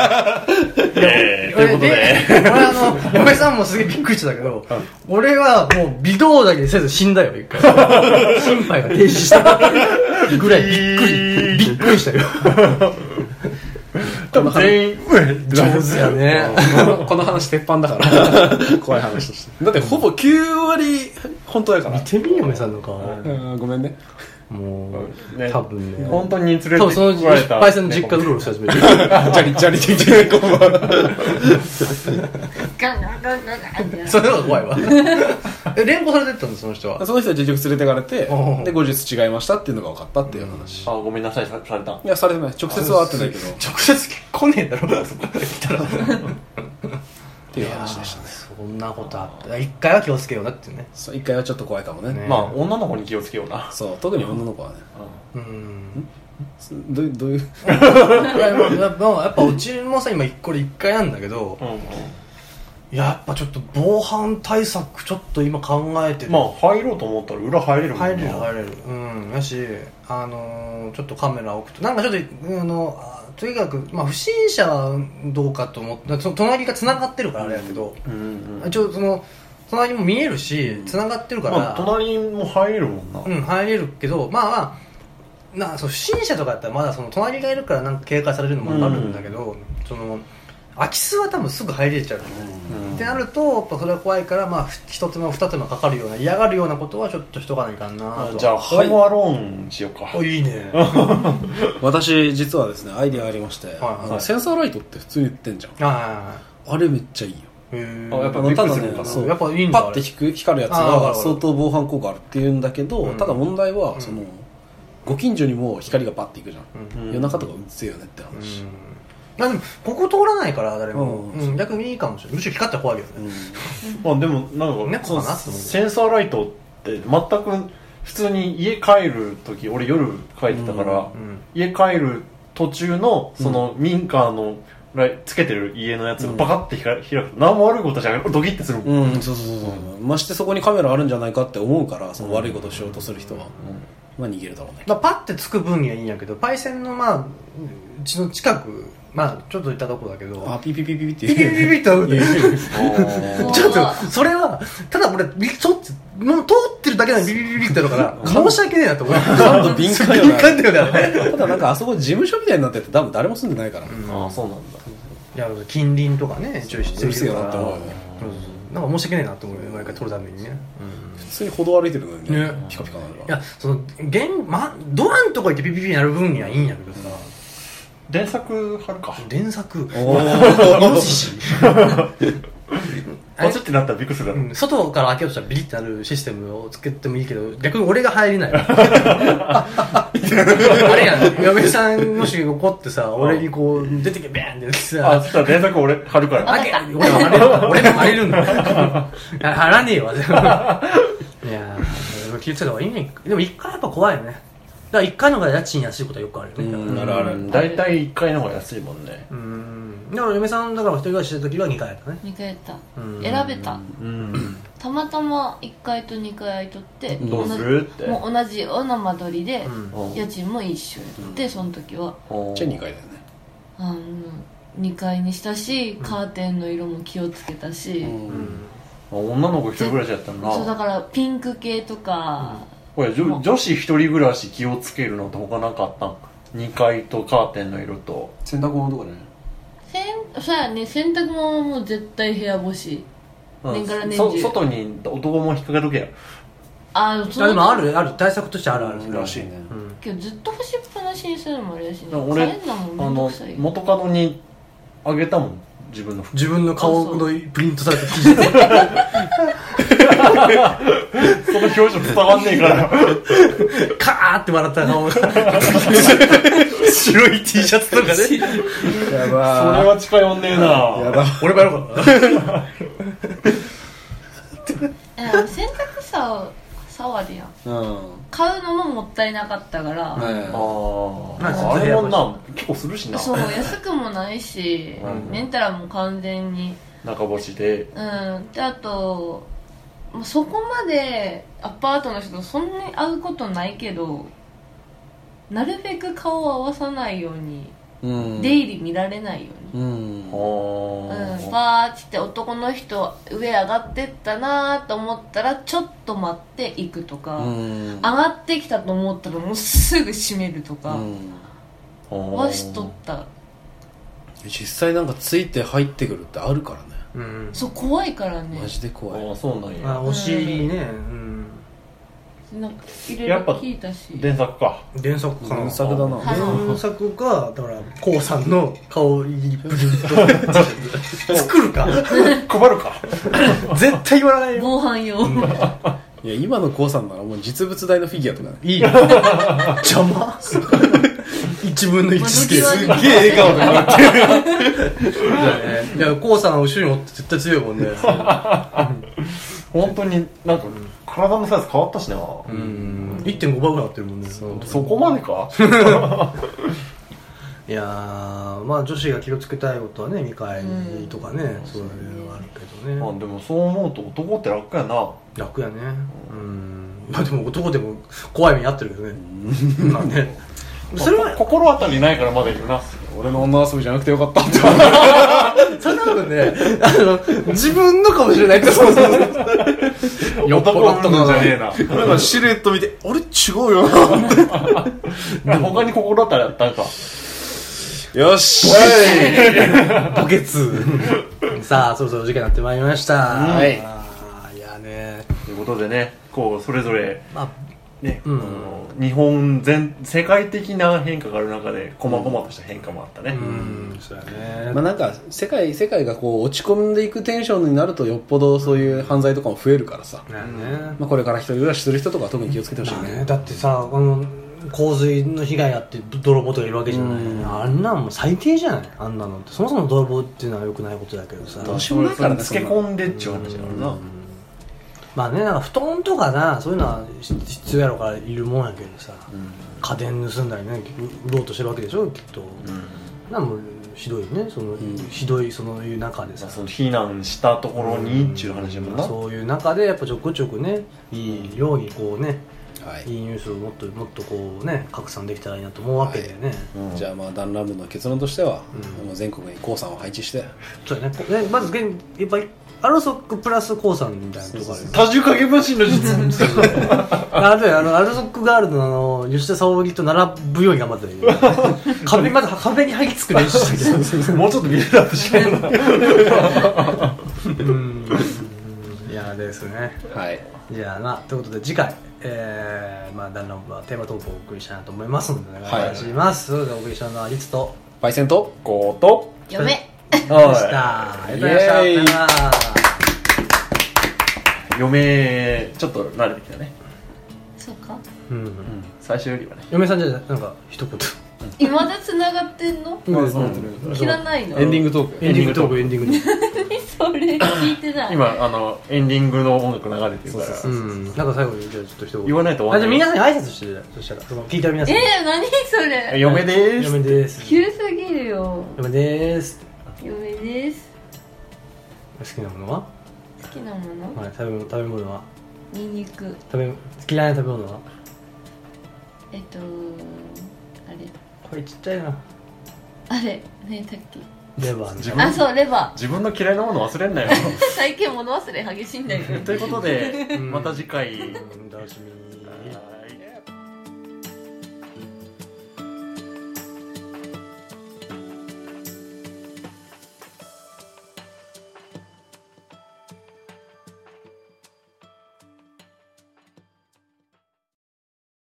Speaker 1: ええということで
Speaker 2: 俺あの嫁さんもすげえびっくりしたけど、俺はもう微動だけせず死んだよ一回心肺が停止したぐらいびっくりびっくりしたよ
Speaker 1: 多分全員うえってなる
Speaker 2: 上手やね
Speaker 3: <laughs> このこの話鉄板だから <laughs> 怖い話としてだってほぼ9割本当だか
Speaker 2: 見
Speaker 3: ら、
Speaker 2: てみ嫁さんの顔
Speaker 3: うん、ごめんね
Speaker 2: もう、
Speaker 1: ね
Speaker 2: 多分ね
Speaker 1: 本当に連れて
Speaker 2: 多分そのう
Speaker 1: こ
Speaker 2: ち
Speaker 1: られた
Speaker 2: パイセンの実家うろうろし始めてる
Speaker 3: ジャリジャリジャリこん <laughs> ばんは
Speaker 4: ガンガンガンガンガンって
Speaker 2: それの方が怖いわ <laughs> え連行されてったのその人は
Speaker 3: その人は結局連れてかれて
Speaker 2: おう
Speaker 3: で後日違いましたっていうのが分かったっていう話、
Speaker 1: あごめんなさいさされた
Speaker 3: いやされてない直接は会って <laughs> ないけどっ
Speaker 2: 直接来ねえ <laughs> だろそこから来たら
Speaker 3: ていう話でしたね
Speaker 2: そんなことあった一回は気をつけようなっていうね
Speaker 3: そう一回はちょっと怖いかもね
Speaker 2: ね
Speaker 1: まあ女の子に気をつけような
Speaker 3: そう特に女の子はね
Speaker 2: うん
Speaker 3: どうどういう
Speaker 2: い <laughs> やまあやっぱやっぱうちもさ今これ1階なんだけど
Speaker 1: うんうん
Speaker 2: やっぱちょっと防犯対策ちょっと今考えてる
Speaker 1: まあ入ろうと思ったら裏入れるもんな
Speaker 2: 入れる入れるうんやしあのーちょっとカメラ置くとなんかちょっと、うんあのあとにかく、まあ、不審者はどうかと思ってその隣が繋がってるからあれやけど、
Speaker 1: うんうん
Speaker 2: ちょっとその隣も見えるし繋がってるから、
Speaker 1: まあ隣も入れるもんな
Speaker 2: うん、入れるけど、まあまあ、なそう不審者とかだったらまだその隣がいるからなんか警戒されるのもあるんだけど、その空き巣は多分すぐ入れちゃう、ってなるとやっぱそれは怖いから、まあ、一手間二手間かかるような嫌がるようなことはちょっとしとかないかんな
Speaker 1: あ
Speaker 2: と
Speaker 1: じゃあホームアローンしようか
Speaker 2: おいい <laughs> ね
Speaker 3: 私実はですねアイディアありまして、
Speaker 2: はい
Speaker 3: あのセンサーライトって普通に売ってんじゃん
Speaker 2: あ
Speaker 3: あれめっちゃいいよ
Speaker 2: あへ
Speaker 1: あやっぱ
Speaker 3: あ
Speaker 1: び
Speaker 3: の
Speaker 1: っく
Speaker 3: た
Speaker 1: り
Speaker 3: だ
Speaker 1: するのか
Speaker 3: ね
Speaker 1: な
Speaker 3: そう
Speaker 2: やっぱいいんだ
Speaker 3: パッて光光るやつ
Speaker 2: あーわかるわ
Speaker 3: が
Speaker 2: かる
Speaker 3: 相当防犯効果あるっていうんだけど、
Speaker 2: うん
Speaker 3: ただ問題は、
Speaker 2: うん
Speaker 3: そのご近所にも光がパッていくじゃん、
Speaker 2: うん
Speaker 1: うん
Speaker 3: 夜中とかうっせえよねって
Speaker 2: うん
Speaker 3: 話、
Speaker 2: まあでもここ通らないから誰も、
Speaker 3: う
Speaker 2: うん逆にいいかもしれないむしろ光ったら怖いけど
Speaker 3: う
Speaker 2: ね、
Speaker 3: ん
Speaker 1: まあでもなんか
Speaker 2: 猫かなって思う
Speaker 1: センサーライトって全く普通に家帰る時俺夜帰ってたから、
Speaker 2: うん
Speaker 1: 家帰る途中のその民家のライつけてる家のやつがバカって開開くと何も悪いことじゃなくドキッてするもん、
Speaker 3: うん、そうそうそうそうましてそこにカメラあるんじゃないかって思うからその悪いことをしようとする人は、まあ逃げるだろうね
Speaker 2: まあ、パッてつく分にはいいんやけどパイセンのまあうちの近くまあちょっといたとこだけど
Speaker 3: あピピピピピって
Speaker 2: ピピピピ
Speaker 3: 言う
Speaker 2: ピって合うね
Speaker 1: あ
Speaker 2: ちょっとそれはただ俺ビそっちもう通ってるだけなのにビビビビってやるから申し訳ねえなと思う
Speaker 3: 感度敏感よ
Speaker 2: 敏
Speaker 3: な
Speaker 2: 感だよねあれ
Speaker 3: ただなんかあそこ事務所みたいになってて多分誰も住んでないから、
Speaker 2: うん
Speaker 1: ーあーそうなんだ
Speaker 2: いや近隣とかね注意して
Speaker 3: うるせえよなって思うよ
Speaker 2: そう
Speaker 3: ね
Speaker 2: そうそうなんか申し訳ねえなと思うよ毎回撮るためにね、
Speaker 3: 普通に歩道歩いてるのにね
Speaker 2: ね
Speaker 3: ピカピカなの
Speaker 2: い <laughs>
Speaker 3: が
Speaker 2: やその現、ま、ドアのとこ行ってビビビやる分にはいいんやけどさ
Speaker 1: 電作貼るか
Speaker 2: 連作
Speaker 3: お
Speaker 2: イノ
Speaker 3: ー
Speaker 2: シシあれ
Speaker 1: バチってなったらびっくりするだ
Speaker 2: う
Speaker 1: ろ、
Speaker 2: ん外から開けようとしたらビリってなるシステムを作ってもいいけど逆に俺が入れ <laughs> ないあれやん嫁さんもし怒ってさ俺にこう出てけビャンって
Speaker 1: あ
Speaker 2: さ
Speaker 1: そしたら電作俺貼るから
Speaker 2: 開け俺も荒れる俺も荒れるん <laughs> だあ貼らねえわでもいやー気をつけた方がいいねでも一回やっぱ怖いよねだから一回の方が家賃安いことはよくあるよね
Speaker 3: うんあるある
Speaker 1: うん大体1回の方が安いもんね
Speaker 2: うんだから嫁さんだから一人暮らししてる時は2回やったね
Speaker 4: 2回やった
Speaker 2: うん
Speaker 4: 選べた
Speaker 1: うん
Speaker 4: たまたま1階と2階空いとって
Speaker 1: どうするって
Speaker 4: もう同じオナマドリで
Speaker 2: うん
Speaker 1: うん
Speaker 4: 家賃も一緒やってその時は
Speaker 3: チェニーがいだよね
Speaker 4: あの2階にしたしカーテンの色も気をつけたし、
Speaker 2: うん
Speaker 1: あ女の子一人暮らしやったのな
Speaker 4: そうだからピンク系とか、
Speaker 1: これ女女子一人暮らし気をつけるのって他なかったん2階とカーテンの色と
Speaker 3: 洗濯物とかね
Speaker 4: せんそうやね洗濯物はもう絶対部屋干し年がら年中
Speaker 1: そ外に男も引っ掛けとけや
Speaker 4: ああ
Speaker 2: いやでもあるある対策としてあるある
Speaker 3: らしいね
Speaker 2: うん
Speaker 4: けどずっと干しっぱなしにするのもあれやしね
Speaker 1: 俺
Speaker 4: 帰んな
Speaker 1: あ
Speaker 4: もんめんど
Speaker 1: の
Speaker 4: くさい
Speaker 1: 元カノにあげたもん自分の服
Speaker 2: 自分の顔のプリントされた T シャツ
Speaker 1: その表情伝わんねえから
Speaker 2: カーって笑った顔
Speaker 1: <laughs> 白い T シャツとかねそれ
Speaker 3: やば
Speaker 1: は近寄んねえ
Speaker 3: や
Speaker 1: な
Speaker 3: ば
Speaker 2: 俺もやろうかな
Speaker 4: え洗濯さ触るやん
Speaker 3: うん
Speaker 4: 買うのももったいなかったから、
Speaker 1: あ
Speaker 3: は
Speaker 1: ー
Speaker 2: なんか
Speaker 1: あれも
Speaker 2: や
Speaker 1: な結構するしな
Speaker 4: そう安くもないし
Speaker 1: うん
Speaker 4: レンタルも完全に
Speaker 1: 中干しで
Speaker 4: うんであとまあそこまでアパートの人とそんなに会うことないけどなるべく顔を合わさないように、
Speaker 3: いうん
Speaker 4: 出入り見られないよう
Speaker 3: う
Speaker 4: に
Speaker 3: ん
Speaker 4: うん、
Speaker 1: ああ
Speaker 4: バーッつって男の人上上がってったなーと思ったらちょっと待って行くとか、
Speaker 3: うん
Speaker 4: 上がってきたと思ったらもうすぐ閉めるとかはしとった
Speaker 3: 実際なんかついて入ってくるってあるからね
Speaker 2: うん
Speaker 4: そう怖いからね
Speaker 3: マジで怖い
Speaker 1: ああそうなんや
Speaker 2: あお尻ねうん
Speaker 4: なんかいろいろ
Speaker 1: やっぱ
Speaker 4: 聞いたし
Speaker 1: 電作か
Speaker 2: 原作かな
Speaker 3: 原作だな
Speaker 4: は
Speaker 2: 原作かだからこうさんの顔入りプリント作るか
Speaker 1: 配るか
Speaker 2: 絶対言わないよ
Speaker 4: 防犯用
Speaker 3: いや今の k さんならもう実物大のフィギュアとかね
Speaker 2: いいよ邪魔一分の一スケール
Speaker 4: 窓際に
Speaker 3: すげえ笑顔で笑って
Speaker 2: いやこうさんの後ろにおって絶対強いもんね
Speaker 1: 本当になんか体のサイズ変わったしな、
Speaker 2: うん1.5倍ぐらいなってるもんね
Speaker 1: そこまでか
Speaker 2: いやーまあ女子が気をつけたいことはね見返りとかね、そういうのはあるけど
Speaker 1: ま
Speaker 2: ね、
Speaker 1: あでもそう思うと男って楽やな
Speaker 2: 楽やねうんまあでも男でも怖い目に遭ってる
Speaker 1: <laughs>
Speaker 2: けどねまあねそれ
Speaker 1: まあ
Speaker 2: は
Speaker 1: こ心当たりないからまだいるな
Speaker 3: <laughs> 俺の女遊びじゃなくてよかったって
Speaker 2: それ多分ねあの自分のかもしれないけどそうそうそう
Speaker 1: 男はったんじゃねえな
Speaker 3: <laughs> 俺のシルエット見てあれ違うよな
Speaker 1: 他に心当たりあったんか
Speaker 3: よし
Speaker 2: <laughs> 墓穴さあそろそろ時間になってまいりました
Speaker 3: はい
Speaker 2: あーいやね
Speaker 1: ということでねこうそれぞれ
Speaker 2: まあ
Speaker 1: ね、
Speaker 2: うん
Speaker 1: あの日本全世界的な変化がある中で細々とした変化もあったね、
Speaker 2: うんそうやね
Speaker 3: まあなんか世界世界がこう落ち込んでいくテンションになるとよっぽどそういう犯罪とかも増えるからさ、
Speaker 2: だよね
Speaker 3: まあ、これから一人暮らしする人とかは特に気をつけてほしい
Speaker 2: まあね
Speaker 3: ね
Speaker 2: だってさあの洪水の被害あって泥棒とかいるわけじゃない、
Speaker 3: うん
Speaker 2: あんなんもう最低じゃないあんなのってそもそも泥棒っていうのはよくないことだけどさ
Speaker 3: どうしようもないからね
Speaker 1: それにつけ込んでっちゅう話だからな、
Speaker 2: うんまあねなんか布団とかなそういうのはし必要やろからいるもんやけどさ、家電盗んだりね売ろうとしてるわけでしょきっと、なんかもうひどいねその、
Speaker 3: ん
Speaker 2: ひどいそのいう中でさ
Speaker 1: まあ、その避難したところにっちゅう話だもんな、
Speaker 2: そういう中でやっぱちょくちょくねいいようにこうね
Speaker 3: はい
Speaker 2: いいニュースをもっともっとこうね拡散できたらいいなと思うわけだよね、
Speaker 1: うん
Speaker 3: じゃあまあダンラムの結論としては、もう全国にコウさんを配置して
Speaker 2: そうやねこうねまず現やっぱりアルソックプラスコウさんみたいなとこあるよね
Speaker 1: 多重影分身の術
Speaker 2: あれだよあのアルソックガールドのあの吉田沙保里と並ぶように頑張って <laughs> たよね壁まず壁に張り付く練習してたけ
Speaker 1: もうちょっとビルダップしないと
Speaker 2: どうんいやですね
Speaker 3: はい
Speaker 2: じゃあまあということで次回えー、まあダンロップはテーマ投稿をお送りしたいなと思いますのでお願いします、それではお送りしたのはリツと
Speaker 3: パイセンと
Speaker 1: こと
Speaker 4: 嫁
Speaker 2: でしたありがとうございましたさよなら
Speaker 1: 嫁ちょっと慣れてきたね、
Speaker 4: そうか
Speaker 2: うん
Speaker 1: うん、最初よりはね
Speaker 2: 嫁さんじゃなんか一言
Speaker 4: いまだ繋がってんの
Speaker 2: うん
Speaker 1: そう
Speaker 4: 切らないの
Speaker 3: エンディングトーク
Speaker 2: エンディングトークエンディングトーク
Speaker 4: それ聞いてない
Speaker 1: 今あのエンディングの音楽流れてるから
Speaker 2: うんなんか最後にじゃあちょっと一言
Speaker 1: 言わないと終わ
Speaker 2: あ
Speaker 1: ん
Speaker 2: じゃあ
Speaker 1: ない
Speaker 2: 皆さんに挨拶してるそしたらその聞いた皆さん
Speaker 4: えー、何それ
Speaker 1: 嫁でーす
Speaker 2: 嫁です
Speaker 4: 急すぎるよ
Speaker 2: 嫁です
Speaker 4: 嫁です
Speaker 2: 好きなものは
Speaker 4: 好きなもの、
Speaker 2: はい食べ物食べ物は
Speaker 4: ニンニク
Speaker 2: 食べ嫌いな食べ物は
Speaker 4: えっとあれ
Speaker 2: これちっちゃいな
Speaker 4: あれ何だっけ
Speaker 2: レバー
Speaker 1: 自
Speaker 2: の
Speaker 1: 分
Speaker 4: あそうレバ
Speaker 1: 自分の嫌いなもの忘れんなよ
Speaker 4: ー <laughs>
Speaker 1: <laughs>
Speaker 4: 最近物忘れ激しいんだよね
Speaker 1: ということで
Speaker 2: ん
Speaker 1: また次回
Speaker 2: うん楽しみ
Speaker 1: はい